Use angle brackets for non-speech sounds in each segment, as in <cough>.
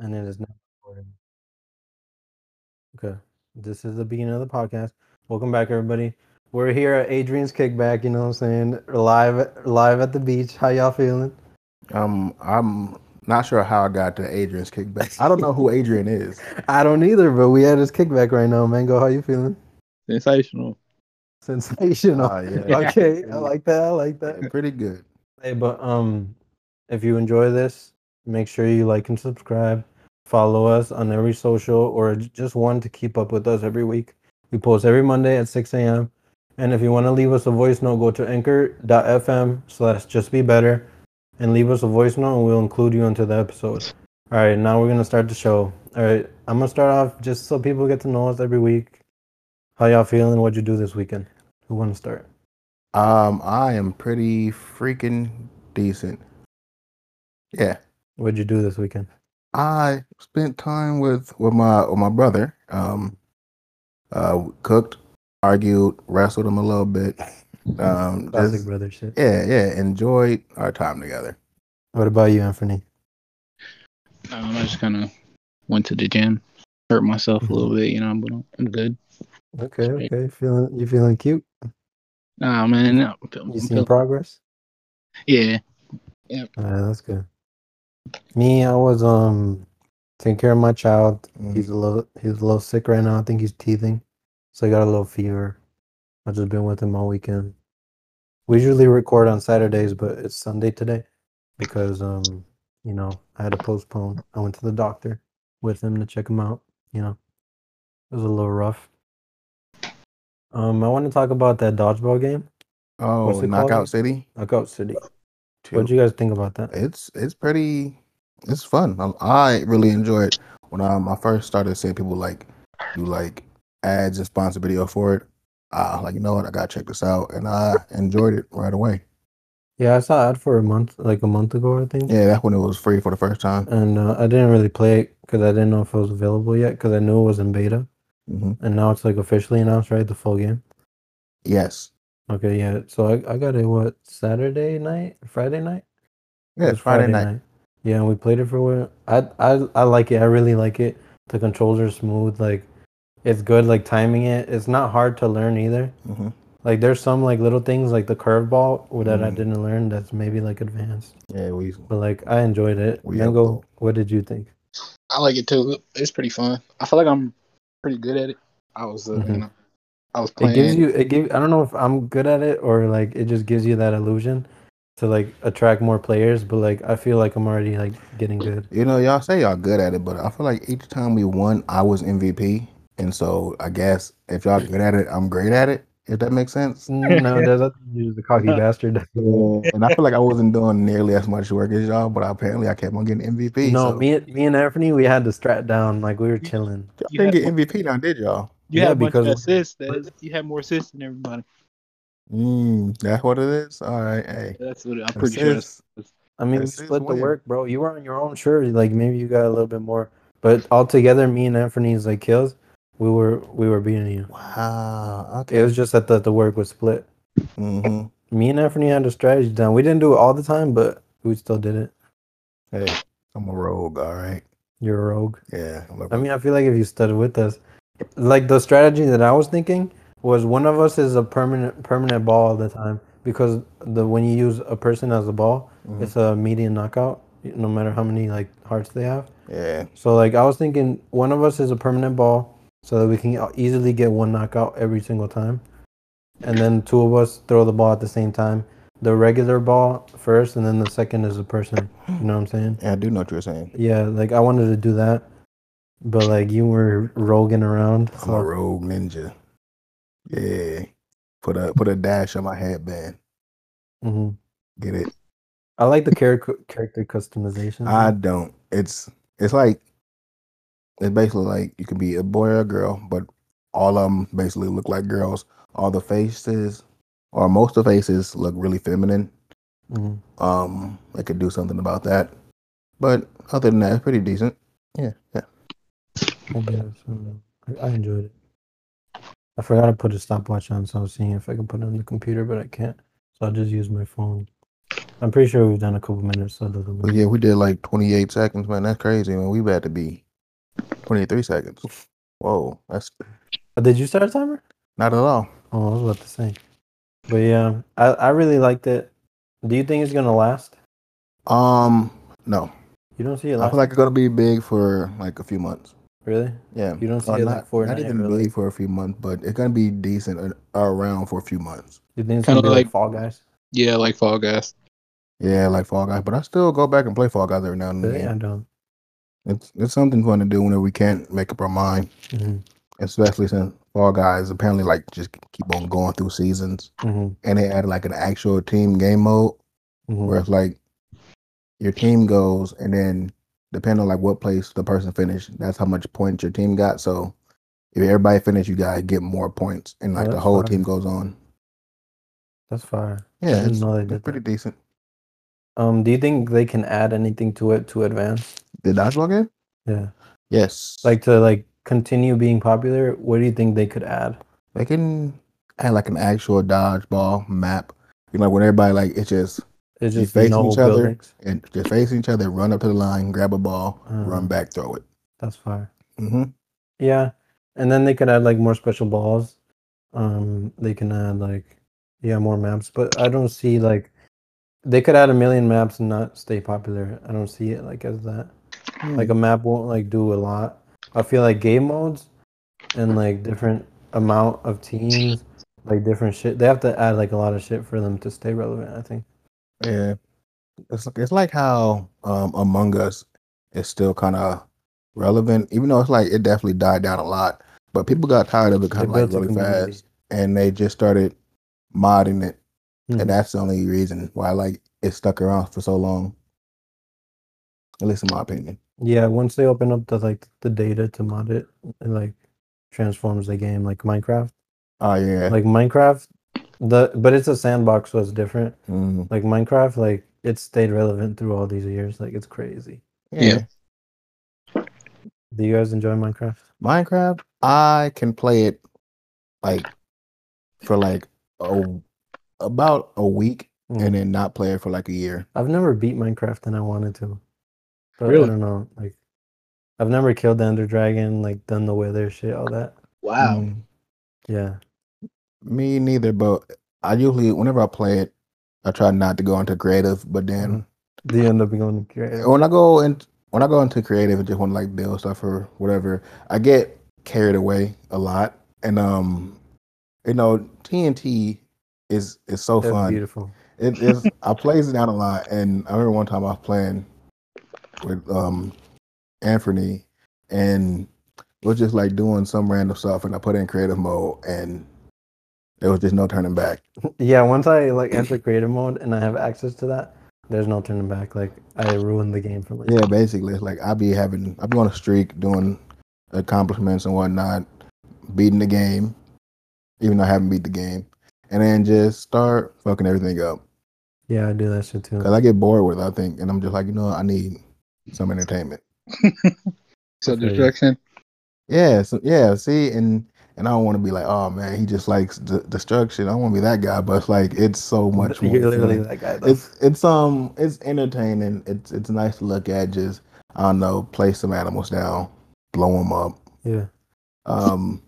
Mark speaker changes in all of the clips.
Speaker 1: And it is now recording. Okay. This is the beginning of the podcast. Welcome back, everybody. We're here at Adrian's Kickback. You know what I'm saying? Live, live at the beach. How y'all feeling?
Speaker 2: Um, I'm not sure how I got to Adrian's kickback. I don't know who Adrian
Speaker 1: <laughs>
Speaker 2: is.
Speaker 1: I don't either, but we at his kickback right now, Mango. How you feeling? <laughs>
Speaker 3: Sensational.
Speaker 1: Sensational.
Speaker 2: Ah, yeah.
Speaker 1: Okay, I like that. I like that.
Speaker 2: Yeah, Pretty good.
Speaker 1: Hey, but um, if you enjoy this, make sure you like and subscribe. Follow us on every social or j- just one to keep up with us every week. We post every Monday at 6 a.m. And if you want to leave us a voice note, go to anchor.fm slash just be better and leave us a voice note and we'll include you into the episode. All right, now we're going to start the show. All right, I'm going to start off just so people get to know us every week. How y'all feeling? What'd you do this weekend? Who want to start?
Speaker 2: Um, I am pretty freaking decent. Yeah,
Speaker 1: What'd you do this weekend?
Speaker 2: I spent time with with my with my brother. Um, uh, cooked, argued, wrestled him a
Speaker 1: <laughs>
Speaker 2: little bit. Um,
Speaker 1: Classic
Speaker 2: just-
Speaker 1: brother shit.
Speaker 2: yeah, yeah, enjoyed our time together.
Speaker 1: What about you, Anthony?
Speaker 3: Um, I just kind of went to the gym, hurt myself a
Speaker 1: Mm-hmm.
Speaker 3: little bit, you know, but I'm I'm good.
Speaker 1: Okay,
Speaker 3: Sweet.
Speaker 1: okay. Feeling you feeling cute?
Speaker 3: Nah, man, no, I'm feeling,
Speaker 1: You
Speaker 3: I'm
Speaker 1: seeing
Speaker 3: feeling-
Speaker 1: progress?
Speaker 3: yeah.
Speaker 1: Uh, that's good. Me, I was um taking care of my child. He's
Speaker 2: Mm.
Speaker 1: a little he's a little sick right now. I think he's teething. So he got a little fever. I've just been with him all weekend. We usually record on Saturdays, but it's Sunday today because um, you know, I had to postpone. I went to the doctor with him to check him out, you know. It was a little rough. Um, I want to talk about that dodgeball game,
Speaker 2: Oh,
Speaker 1: What's it
Speaker 2: Knockout
Speaker 1: called?
Speaker 2: City.
Speaker 1: Knockout City.
Speaker 2: too.
Speaker 1: What'd you guys think about that?
Speaker 2: it's it's pretty it's fun um, i really enjoy it when um, i first started seeing people like do like ads and sponsor video for it i was like you know what i gotta check this out and i enjoyed it right away
Speaker 1: Yeah, I saw it for a month, like a month ago, I think.
Speaker 2: yeah that's when it was free for the first time
Speaker 1: And uh, I didn't really play it because I didn't know if it was available yet because I knew it was in beta.
Speaker 2: hmm
Speaker 1: And now it's like officially announced, right? The full game.
Speaker 2: yes
Speaker 1: Okay, yeah. So I, I got it, what, Saturday night? Friday night? It
Speaker 2: yeah
Speaker 1: was
Speaker 2: friday, night,
Speaker 1: Yeah, and we played it for a while. I, I, I like it. I really like it. The controls are smooth. Like, it's good, like, timing it. It's not hard to learn either.
Speaker 2: hmm
Speaker 1: Like, there's some, like, little things like the curveball w- that I
Speaker 2: Mm.
Speaker 1: didn't learn that's maybe, like, advanced.
Speaker 2: yeah we
Speaker 1: But, like, I enjoyed it.
Speaker 2: We
Speaker 1: Mango,
Speaker 2: upload.
Speaker 1: what did you think?
Speaker 3: I like it too. It's pretty fun. I feel like I'm pretty good at it. I was, uh, you
Speaker 1: Mhm.
Speaker 3: know, I was
Speaker 1: it
Speaker 3: playing.
Speaker 1: gives you it give i don't know if i'm good at it or like it just gives you that illusion to like attract more players but like i feel like i'm already like getting
Speaker 2: <laughs>
Speaker 1: good
Speaker 2: you know y'all say y'all good at it but i feel like each time we won i was mvp and so i guess if y'all good at it i'm great at it if that makes sense
Speaker 1: no that's that's just the
Speaker 2: <laughs>
Speaker 1: cocky bastard
Speaker 2: Yeah, and I feel like I wasn't doing nearly as much work as y'all, but apparently I kept on getting MVP.
Speaker 1: no
Speaker 2: so.
Speaker 1: me and- me and anthony we had to strat down like we were chilling
Speaker 2: y'all
Speaker 3: You
Speaker 2: didn't
Speaker 3: had-
Speaker 2: get MVP now, did y'all?
Speaker 3: you
Speaker 1: yeah,
Speaker 3: had a bunch of
Speaker 1: because-
Speaker 3: assists. That is, you had more assists than everybody.
Speaker 2: Mm, that's what it is. All right, hey.
Speaker 3: That's what I'm pretty sure. That's,
Speaker 2: Assists.
Speaker 1: i mean we
Speaker 2: This is
Speaker 1: split the
Speaker 2: weird.
Speaker 1: work bro you were on your own sure like maybe you got a little bit more but altogether me and anthony's like kills we were we were beating you
Speaker 2: Wow.
Speaker 1: it
Speaker 2: Okay.
Speaker 1: was just that the, the work was split
Speaker 2: hmm
Speaker 1: me and anthony had a strategy down we didn't do it all the time but we still did it
Speaker 2: Hey, I'm a rogue. All right.
Speaker 1: you're a rogue
Speaker 2: Yeah. I'm a-
Speaker 1: I mean, I feel like if you studied with us, like the strategy that I was thinking was one of us is a permanent permanent ball all the time because the when you use a person as a ball,
Speaker 2: Mhm.
Speaker 1: it's a median knockout, no matter how many like hearts they have.
Speaker 2: Yeah.
Speaker 1: So like I was thinking one of us is a permanent ball so that we can e-, easily get one knockout every single time. And then two of us throw the ball at the same time. The regular ball first and then the second is a person. You know what I'm saying?
Speaker 2: yeah. I do know what you're saying.
Speaker 1: Yeah, like I wanted to do that, but like you were roguing around.
Speaker 2: I'm a
Speaker 1: So
Speaker 2: rogue ninja. Yeah. Put a put a dash on my headband.
Speaker 1: Mhm.
Speaker 2: Get it?
Speaker 1: I like the character character customization.
Speaker 2: I don't. It's it's like it's basically like you can be a boy or a girl, but all of them basically look like girls. All the faces, or most of the faces, look really feminine.
Speaker 1: Mhm.
Speaker 2: Um, they could do something about that. But other than that, it's pretty decent. Yeah, yeah.
Speaker 1: I guess, I don't know. I- I enjoyed it. I forgot to put a stopwatch on, so I was seeing if I could put it on the computer, but I can't. So I'll just use my phone. I'm pretty sure we've done a couple minutes. So it doesn't
Speaker 2: But
Speaker 1: matter.
Speaker 2: Oh, yeah, we did like 28 seconds, man. That's crazy, man. We about to be 23 seconds. Whoa, that's
Speaker 1: But Oh, did you start a timer?
Speaker 2: not at all.
Speaker 1: Oh, I was about to say. But yeah, I, I really liked it. Do you think it's gonna last?
Speaker 2: Um, no,
Speaker 1: You don't see it
Speaker 2: I
Speaker 1: last
Speaker 2: feel like it's gonna be big for like a few months.
Speaker 1: really?
Speaker 2: Yeah,
Speaker 1: You don't see
Speaker 2: Or
Speaker 1: it like
Speaker 2: not, not
Speaker 1: Fortnite,
Speaker 2: even
Speaker 1: really.
Speaker 2: big for a few months, but it's gonna be decent a- around for a few months.
Speaker 1: You think it's
Speaker 3: Kinda
Speaker 1: gonna be like,
Speaker 3: like-
Speaker 1: Fall Guys?
Speaker 3: Yeah, like Fall Guys.
Speaker 2: Yeah, like Fall Guys, but I still go back and play Fall Guys every now and
Speaker 1: Really? I
Speaker 2: then.
Speaker 1: don't.
Speaker 2: It's it's something fun to do whenever we can't make up our mind,
Speaker 1: Mhm,
Speaker 2: especially since Fall Guys apparently like just keep on going through seasons,
Speaker 1: mhm,
Speaker 2: and they added like an actual team game mode
Speaker 1: mhm.
Speaker 2: where it's like your team goes and then depending on like what place the person finished that's how much points your team got so if everybody finished you guys get more points and
Speaker 1: Oh,
Speaker 2: like the
Speaker 1: that's
Speaker 2: whole
Speaker 1: fine.
Speaker 2: team goes on
Speaker 1: That's fire. I
Speaker 2: yeah
Speaker 1: didn't
Speaker 2: it's,
Speaker 1: know they
Speaker 2: it's
Speaker 1: did
Speaker 2: pretty
Speaker 1: that.
Speaker 2: decent
Speaker 1: Um, do you think they can add anything to it to advance?
Speaker 2: the dodgeball game
Speaker 1: Yeah,
Speaker 2: yes
Speaker 1: like to like continue being popular. What do you think they could add?
Speaker 2: they can add like an actual dodgeball map you know, like when everybody like it's just
Speaker 1: It's
Speaker 2: You
Speaker 1: just
Speaker 2: facing
Speaker 1: no
Speaker 2: each other?
Speaker 1: buildings.
Speaker 2: and they're facing each other run up to the line grab a ball run
Speaker 1: Uh.
Speaker 2: back throw it
Speaker 1: That's fire.
Speaker 2: hmm
Speaker 1: Yeah, and then they could add like more special balls. Um, they can add like yeah more maps, but I don't see like they could add a million maps and not stay popular. I don't see it like as that. Like a map won't like do a lot. I feel like game modes and like different amount of teams, like different shit. They have to add like a lot of shit for them to stay relevant. I think.
Speaker 2: Yeah, it's like it's like how um, Among Us is still kind of relevant, even though it's like it definitely died down a lot. But people got tired of it
Speaker 1: They
Speaker 2: kind of like
Speaker 1: built a
Speaker 2: really
Speaker 1: community.
Speaker 2: fast, and they just started modding it,
Speaker 1: Mhm.
Speaker 2: and that's the only reason why like it stuck around for so long. At least in my opinion.
Speaker 1: Yeah, once they open up the like the data to mod it, it like transforms the game like Minecraft.
Speaker 2: Oh yeah,
Speaker 1: Like Minecraft, the but it's a sandbox, so it's different.
Speaker 2: Mhm.
Speaker 1: Like Minecraft, like it stayed relevant through all these years. Like it's crazy.
Speaker 2: yeah.
Speaker 3: Yeah.
Speaker 1: Do you guys enjoy Minecraft?
Speaker 2: Minecraft, I can play it like for like a, about a week,
Speaker 1: Mm.
Speaker 2: and then not play it for like a year.
Speaker 1: I've never beat Minecraft and I wanted to. But I
Speaker 3: Really?
Speaker 1: don't know. Like I've never killed the Ender Dragon, like done the wither shit, all that.
Speaker 3: <laughs> Wow.
Speaker 2: Mhm.
Speaker 1: Yeah.
Speaker 2: Me neither, but I usually whenever I play it, I try not to go into creative. But then
Speaker 1: Do you end up going to create?
Speaker 2: when I go in, when I go into creative and just want to like build stuff or whatever, I get carried away a lot. And um, you know, TNT is is so
Speaker 1: That's
Speaker 2: fun.
Speaker 1: beautiful. <laughs>
Speaker 2: It is. I plays it out a lot, and I remember one time I was playing with um Anthony, and we're just like doing some random stuff, and I put in creative mode, and there was just no turning back.
Speaker 1: Yeah, once I like enter creative mode and I have access to that, there's no turning back. Like I ruined the game for myself.
Speaker 2: Yeah, basically, it's like I be having, I be on a streak doing accomplishments and whatnot, beating the game, even though I haven't beat the game, and then just start fucking everything up
Speaker 1: Yeah, I do that shit too.
Speaker 2: because I get bored with it, I think, and I'm just like, you know, what? I need some entertainment.
Speaker 3: So
Speaker 1: Okay.
Speaker 3: destruction.
Speaker 2: Yeah, so, yeah. See, and and I don't want to be like, oh man, he just likes d- destruction. I want to be that guy, but it's like it's
Speaker 1: <laughs>
Speaker 2: so much more.
Speaker 1: You're literally
Speaker 2: fun.
Speaker 1: that guy. Though.
Speaker 2: It's it's um it's entertaining. It's it's nice to look at. Just I don't know, play some animals down, blow them up.
Speaker 1: yeah.
Speaker 2: Um,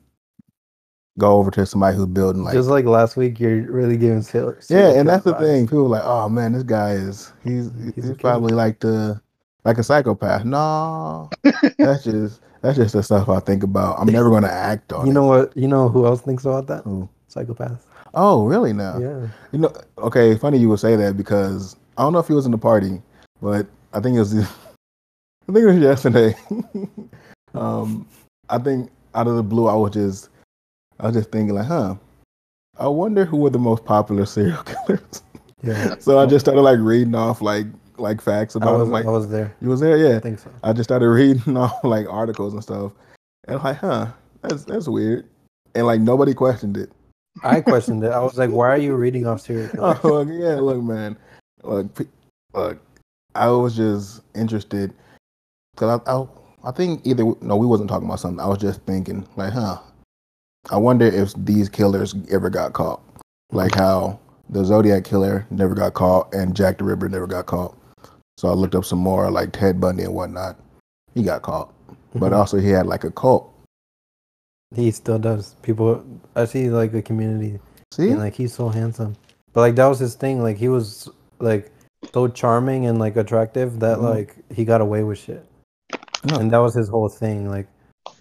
Speaker 2: go over to somebody who's building like
Speaker 1: Just like last week, you're really giving Taylor.
Speaker 2: yeah, and that's the thing. People are like, oh man, this guy is
Speaker 1: He's
Speaker 2: he's
Speaker 1: a
Speaker 2: he's,
Speaker 1: killer.
Speaker 2: probably like the like a psychopath. No, that's just that's just the stuff I think
Speaker 1: <laughs>
Speaker 2: about. I'm never gonna act on.
Speaker 1: You
Speaker 2: it.
Speaker 1: know what? You know who else thinks about that?
Speaker 2: Who?
Speaker 1: Psychopath.
Speaker 2: Oh, really? Now,
Speaker 1: Yeah.
Speaker 2: you know, okay, funny you would say that because I don't know if he was in the party, but I think it was, <laughs> I think it was yesterday. <laughs> um, I think out of the blue, I was just, I was just thinking like, huh, I wonder who were the most popular serial <laughs> killers.
Speaker 1: Yeah.
Speaker 2: so I just started like reading off like like facts
Speaker 1: I
Speaker 2: about
Speaker 1: was, uh,
Speaker 2: him. Like
Speaker 1: I was there.
Speaker 2: you was there, yeah.
Speaker 1: I think <laughs> so.
Speaker 2: I just started <laughs> reading off like articles and stuff, and I'm like, huh, that's that's weird, and like nobody questioned it.
Speaker 1: I questioned it. I was like, why are you reading off <laughs> serial killers?
Speaker 2: oh, look, yeah, look, man. Look, pe- look. I was just interested because I, I, I think either no, we wasn't talking about something. I was just thinking, like, huh. I wonder if these killers ever got caught. Like how the Zodiac Killer never got caught, and Jack the Ripper never got caught. So I looked up some more, like Ted Bundy and whatnot. He got caught,
Speaker 1: Mm-hmm.
Speaker 2: but
Speaker 1: uh,
Speaker 2: also he had like a cult.
Speaker 1: he still does. People, I see like the community
Speaker 2: See,
Speaker 1: And like he's so handsome. But like that was his thing. Like he was like so charming and like attractive that
Speaker 2: Mhm.
Speaker 1: like he got away with shit.
Speaker 2: Yeah.
Speaker 1: And that was his whole thing. Like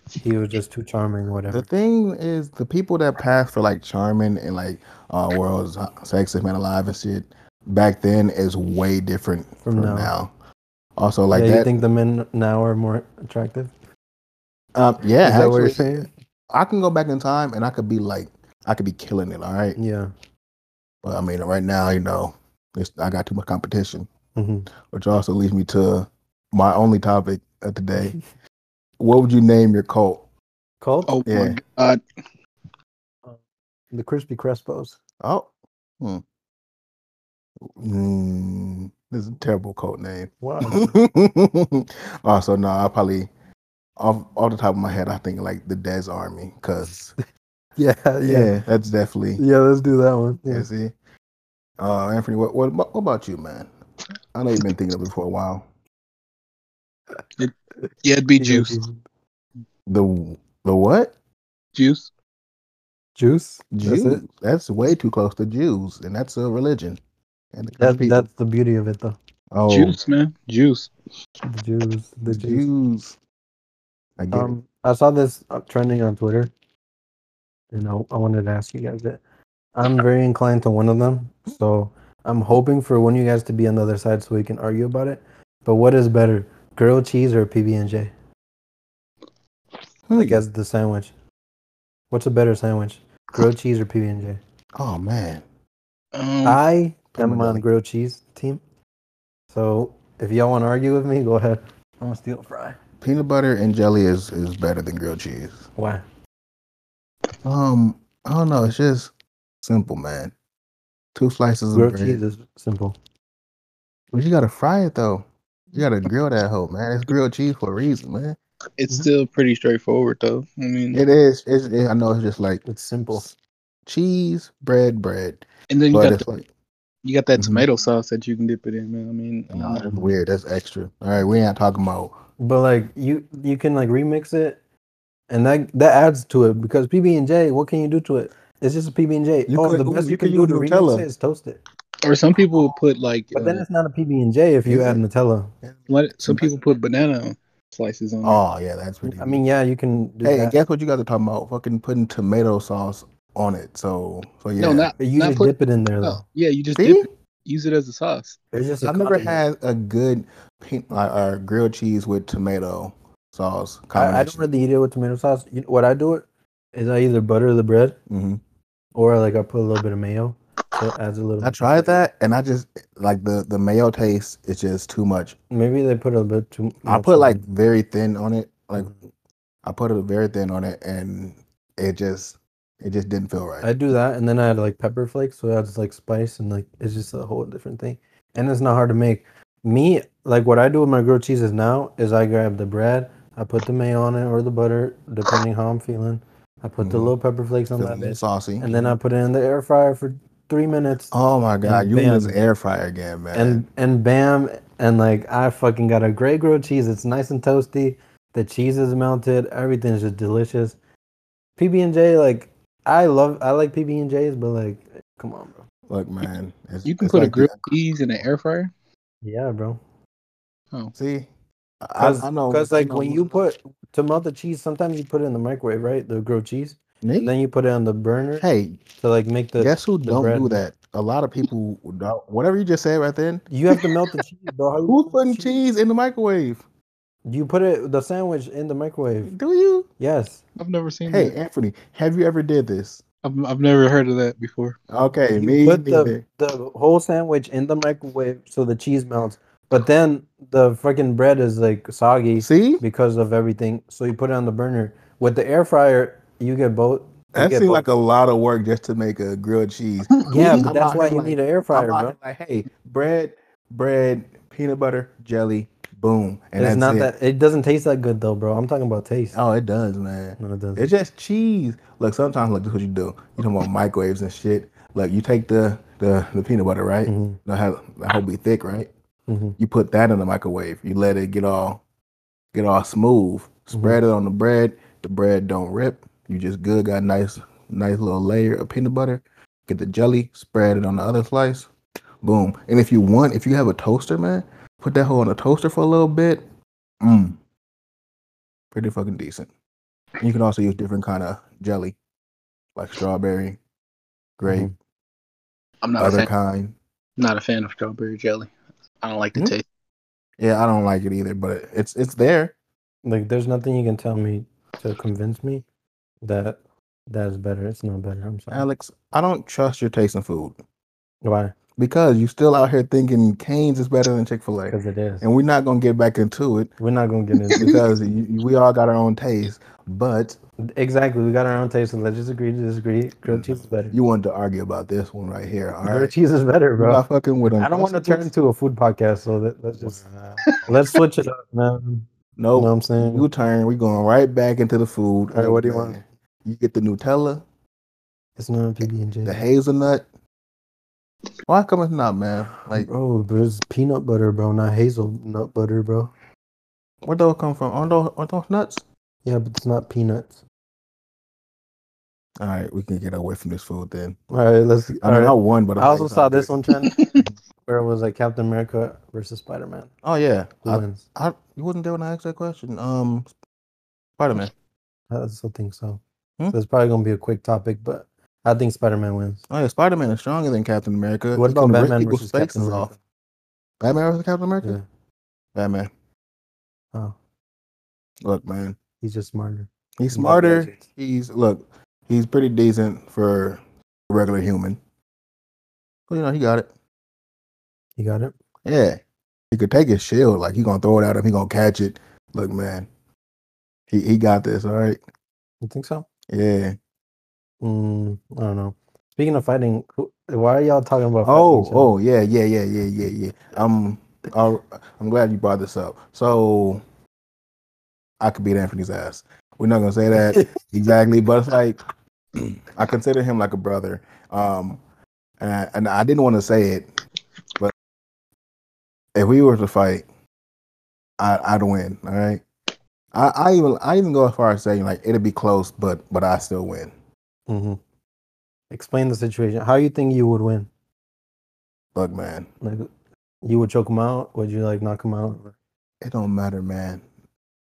Speaker 1: he was just too charming,
Speaker 2: the
Speaker 1: whatever.
Speaker 2: thing is, the people that pass for like charming and like uh, world's sexiest man alive and shit back then is way different
Speaker 1: From
Speaker 2: from,
Speaker 1: now.
Speaker 2: now. Also, like
Speaker 1: yeah, you
Speaker 2: that.
Speaker 1: think the men now are more attractive?
Speaker 2: um, yeah,
Speaker 1: Is that what you're
Speaker 2: actually,
Speaker 1: saying?
Speaker 2: I can go back in time and I could be like, I could be killing it. All right,
Speaker 1: Yeah.
Speaker 2: but I mean, right now, you know, it's, I got too much competition.
Speaker 1: hmm
Speaker 2: which also leads me to my only topic of today.
Speaker 1: <laughs>
Speaker 2: what would you name your cult?
Speaker 1: Cult
Speaker 3: Oh
Speaker 2: Yeah.
Speaker 3: my god.
Speaker 1: the Crispy Crespos.
Speaker 2: Oh, hmm. Mm, this is a terrible cult name.
Speaker 3: <laughs>
Speaker 2: <laughs>
Speaker 1: Wow.
Speaker 2: also, no, I probably off off the top of my head, I think like the Des Army,
Speaker 1: <laughs>
Speaker 2: cause
Speaker 1: yeah, yeah,
Speaker 2: yeah,
Speaker 1: yeah.
Speaker 2: that's definitely
Speaker 1: Let's do that one.
Speaker 2: yeah.
Speaker 1: Yeah.
Speaker 2: See, uh, Anthony, what, what what about you, man? I know you've been thinking of it for a while.
Speaker 3: Yeah, it'd be juice.
Speaker 2: The the what?
Speaker 3: Juice.
Speaker 1: Juice.
Speaker 2: Jews.
Speaker 1: That's
Speaker 2: That's,
Speaker 1: it.
Speaker 2: way too close to Jews, and that's a religion. And the
Speaker 1: That,
Speaker 2: people-
Speaker 1: that's the beauty of it, though.
Speaker 2: oh,
Speaker 3: Juice, man. Juice.
Speaker 1: The Jews. The
Speaker 2: the
Speaker 1: Jews.
Speaker 2: Jews. I get
Speaker 1: Um, I saw this uh, trending on Twitter, and I, I wanted to ask you guys it. I'm very inclined to one of them, so I'm hoping for one of you guys to be on the other side so we can argue about it. But what is better, grilled cheese or PB and J?
Speaker 2: it.
Speaker 1: Like as the sandwich. What's a better sandwich, grilled cheese or PB and J?
Speaker 2: oh man,
Speaker 1: Hmm.
Speaker 3: Um,
Speaker 1: I
Speaker 2: I'm
Speaker 1: am on the
Speaker 2: done.
Speaker 1: grilled cheese team, so if y'all want to argue with me, go ahead. I'm gonna steal fry.
Speaker 2: peanut butter and jelly is is better than grilled cheese.
Speaker 1: Why?
Speaker 2: Um, I don't know. It's just simple, man. Two slices of
Speaker 1: Grilled cheese
Speaker 2: bread.
Speaker 1: is simple.
Speaker 2: But you gotta fry it though. You gotta grill that hoe, man. It's grilled cheese for a reason, man.
Speaker 3: it's still pretty straightforward though. I mean
Speaker 2: It is. It's, it, I know. It's just like
Speaker 1: It's simple.
Speaker 2: cheese, bread, bread.
Speaker 3: and then you
Speaker 2: But
Speaker 3: got
Speaker 2: it's
Speaker 3: the,
Speaker 2: like
Speaker 3: you got that
Speaker 2: Mhm.
Speaker 3: tomato sauce that you can dip it in, man. I mean
Speaker 2: No,
Speaker 3: um,
Speaker 2: that's weird. That's extra. All right, we ain't talking about.
Speaker 1: But like you, you can like remix it, and that that adds to it because PB and J. What can you do to it? It's just a PB and J.
Speaker 2: You
Speaker 1: Oh,
Speaker 2: could-
Speaker 1: the best
Speaker 2: ooh,
Speaker 1: you
Speaker 2: you
Speaker 1: can
Speaker 2: could
Speaker 1: do
Speaker 2: use
Speaker 1: to remix
Speaker 2: Nutella.
Speaker 1: it is toast it.
Speaker 3: or some people put like
Speaker 1: But then
Speaker 3: uh,
Speaker 1: it's not a PB and J if you
Speaker 2: Is
Speaker 1: add
Speaker 2: it?
Speaker 1: Nutella.
Speaker 3: what- some people put banana slices on it.
Speaker 2: Oh yeah, that's pretty.
Speaker 1: Mm. I mean, yeah, you can. Do
Speaker 2: hey,
Speaker 1: that.
Speaker 2: guess what you guys are talking about? Fucking putting tomato sauce on it. So, so yeah.
Speaker 3: No, not
Speaker 1: But you
Speaker 3: not
Speaker 1: just
Speaker 3: put
Speaker 1: dip it in there
Speaker 3: oh,
Speaker 1: though.
Speaker 3: yeah, you just
Speaker 2: See,
Speaker 3: dip it. use it as a sauce.
Speaker 1: It's just a
Speaker 2: I've never
Speaker 1: condiment.
Speaker 2: had a good pink like uh, grilled cheese with tomato sauce combination.
Speaker 1: I, I don't really eat it with tomato sauce. You, what I do it is I either butter the bread
Speaker 2: Mhm.
Speaker 1: or like I put a little bit of mayo. So it adds a little. bit
Speaker 2: I
Speaker 1: of flavor.
Speaker 2: tried that, and I just like the the mayo taste is just too much.
Speaker 1: Maybe they put a bit too.
Speaker 2: I
Speaker 1: much
Speaker 2: put
Speaker 1: on
Speaker 2: like
Speaker 1: it.
Speaker 2: very thin on it. Like I put it very thin on it, and it just it just didn't feel right.
Speaker 1: I do that, and then I add like pepper flakes, so that's like spice, and like it's just a whole different thing. And it's not hard to make. Me, like what I do with my grilled cheeses now is I grab the bread, I put the mayo on it or the butter, depending how I'm feeling. I put the
Speaker 2: Mhm.
Speaker 1: little pepper flakes on
Speaker 2: Feeling
Speaker 1: that,
Speaker 2: a little
Speaker 1: bitch,
Speaker 2: saucy.
Speaker 1: and then I put it in the air fryer for three minutes,
Speaker 2: Oh my god,
Speaker 1: And
Speaker 2: you in this
Speaker 1: bam.
Speaker 2: air fryer again, man.
Speaker 1: and and bam, and like I fucking got a great grilled cheese. It's nice and toasty. The cheese is melted. Everything's just delicious. PB and J, like I love, I like PB and J's, but like, come on, bro.
Speaker 2: look, man, it's-
Speaker 3: You can
Speaker 2: it's
Speaker 3: put a
Speaker 2: like the-
Speaker 3: grilled cheese in an air fryer.
Speaker 1: Yeah, bro.
Speaker 2: See, I,
Speaker 1: Cause,
Speaker 2: I know
Speaker 1: 'cause,
Speaker 2: I
Speaker 1: like
Speaker 2: know-
Speaker 1: when you put to melt the cheese, sometimes you put it in the microwave, right? The grilled cheese,
Speaker 2: Nick,
Speaker 1: and then you put it on the burner
Speaker 2: hey,
Speaker 1: to like make the.
Speaker 2: guess who don't
Speaker 1: bread.
Speaker 2: do that? A lot of people don't. Whatever you just said right then,
Speaker 1: You have to melt the cheese, bro. How you
Speaker 2: who's
Speaker 1: put
Speaker 2: putting cheese in the microwave?
Speaker 1: You put it the sandwich in the microwave.
Speaker 2: Do you?
Speaker 1: Yes.
Speaker 3: I've never seen
Speaker 2: Hey,
Speaker 3: that.
Speaker 2: Anthony, have you ever did this?
Speaker 3: I've, I've never heard of that before.
Speaker 2: Okay,
Speaker 1: you
Speaker 2: me
Speaker 1: put the,
Speaker 2: neither.
Speaker 1: the whole sandwich in the microwave so the cheese melts, but then the freaking bread is like soggy
Speaker 2: See,
Speaker 1: because of everything. So you put it on the burner. With the air fryer, you get
Speaker 2: <laughs>
Speaker 1: both. you
Speaker 2: that
Speaker 1: get
Speaker 2: seems
Speaker 1: both.
Speaker 2: like a lot of work just to make a
Speaker 1: <laughs>
Speaker 2: grilled cheese.
Speaker 1: yeah,
Speaker 2: I'm
Speaker 1: but that's
Speaker 2: out
Speaker 1: why
Speaker 2: here
Speaker 1: you
Speaker 2: like-
Speaker 1: need an air fryer,
Speaker 2: I'm out
Speaker 1: bro.
Speaker 2: here like, hey, bread, bread, peanut butter, jelly, boom, and
Speaker 1: it's
Speaker 2: that's
Speaker 1: not
Speaker 2: it.
Speaker 1: that it doesn't taste that good though, bro. I'm talking about taste.
Speaker 2: Oh, it does, man.
Speaker 1: No, it doesn't.
Speaker 2: It's just cheese. Look, sometimes look, this is what you do. You talking about microwaves and shit. Look, you take the the the peanut butter, right?
Speaker 1: hmm
Speaker 2: Know how that whole be thick, right?
Speaker 1: hmm
Speaker 2: You put that in the microwave. You let it get all get all smooth. Spread it on the bread. The bread don't rip. You just good. Got nice nice little layer of peanut butter. Get the jelly. Spread it on the other slice. Boom. And if you want, if you have a toaster, man, put that whole on the toaster for a little bit. Mmm. Pretty fucking decent. And you can also use different kind of jelly, like strawberry, grape,
Speaker 3: I'm not a
Speaker 2: other
Speaker 3: fan,
Speaker 2: kind.
Speaker 3: not a fan of strawberry jelly. I don't like the
Speaker 2: Hmm?
Speaker 3: taste.
Speaker 2: Yeah, I don't like it either, but it's it's there.
Speaker 1: Like, there's nothing you can tell me to convince me that that's better. It's not better. I'm sorry.
Speaker 2: Alex, I don't trust your taste in food
Speaker 1: Why?
Speaker 2: because you still out here thinking Canes is better than Chick Fil A,
Speaker 1: Because it is.
Speaker 2: and we're not gonna get back
Speaker 1: <laughs>
Speaker 2: into it
Speaker 1: We're not gonna get
Speaker 2: <laughs>
Speaker 1: into
Speaker 2: because you, you- we all got our own taste. But
Speaker 1: exactly. We got our own taste, and let's just agree to disagree. Grilled cheese is better.
Speaker 2: you wanted to argue about this one right here, all
Speaker 1: Grilled
Speaker 2: right?
Speaker 1: cheese is better,
Speaker 2: You're
Speaker 1: bro.
Speaker 2: not fucking with them.
Speaker 1: I don't want to turn into a food podcast, so that, let's just let's switch it up,
Speaker 2: <laughs>
Speaker 1: man. You know what
Speaker 2: No,
Speaker 1: I'm saying?
Speaker 2: Oh, you turn. We're going right back into the food.
Speaker 1: All right, what do you want?
Speaker 2: You get the Nutella,
Speaker 1: It's not PB and J.
Speaker 2: the hazelnut. Why come it's not, man? Like,
Speaker 1: bro, but it's peanut butter, bro, not hazelnut butter, bro.
Speaker 2: where those come from? Aren't those, aren't those nuts?
Speaker 1: Yeah, but it's not peanuts.
Speaker 2: All right, we can get away from this food then.
Speaker 1: All right, let's.
Speaker 2: I mean, I
Speaker 1: all right.
Speaker 2: won, but
Speaker 1: I also saw this
Speaker 2: one.
Speaker 1: one
Speaker 2: <laughs>
Speaker 1: trend where it was like Captain America versus Spider Man.
Speaker 2: Oh yeah,
Speaker 1: Who
Speaker 2: I,
Speaker 1: wins?
Speaker 2: I you wasn't there when I asked that question. Um, Spider Man.
Speaker 1: I still think so.
Speaker 2: Hmm?
Speaker 1: So it's probably gonna be a quick topic, but I think Spider Man wins.
Speaker 2: Oh yeah, Spider Man is stronger than Captain America.
Speaker 1: What
Speaker 2: He
Speaker 1: about
Speaker 2: can rip
Speaker 1: Batman
Speaker 2: people's
Speaker 1: versus Captain
Speaker 2: faces
Speaker 1: America?
Speaker 2: off. Batman versus Captain America.
Speaker 1: Yeah.
Speaker 2: Batman.
Speaker 1: Oh,
Speaker 2: Look, man,
Speaker 1: he's just smarter.
Speaker 2: he's
Speaker 1: He's got
Speaker 2: smarter.
Speaker 1: gadgets.
Speaker 2: He's look, he's pretty decent for a regular human. Well, you know, he got it.
Speaker 1: You got it.
Speaker 2: Yeah, he could take his shield. Like he gonna throw it at him. He gonna catch it. Look, man, he he got this. All right.
Speaker 1: You think so?
Speaker 2: Yeah.
Speaker 1: Mm, I don't know. Speaking of fighting, who, why are y'all talking about?
Speaker 2: Oh,
Speaker 1: fighting
Speaker 2: oh, yeah, yeah, yeah, yeah, yeah, yeah. Um, all- I'm glad you brought this up. So I could beat Anthony's ass. We're not gonna say
Speaker 1: <laughs>
Speaker 2: that exactly, but it's like I consider him like a brother. Um, and I, and I didn't want to say it, but if we were to fight, I, I'd win. All right. I, I even I even go as far as saying like it'd be close, but but I still win.
Speaker 1: hmm Explain the situation. How you think you would win?
Speaker 2: Look, man,
Speaker 1: Like, you would choke him out? Would you like knock him out? <laughs>
Speaker 2: it don't matter, man.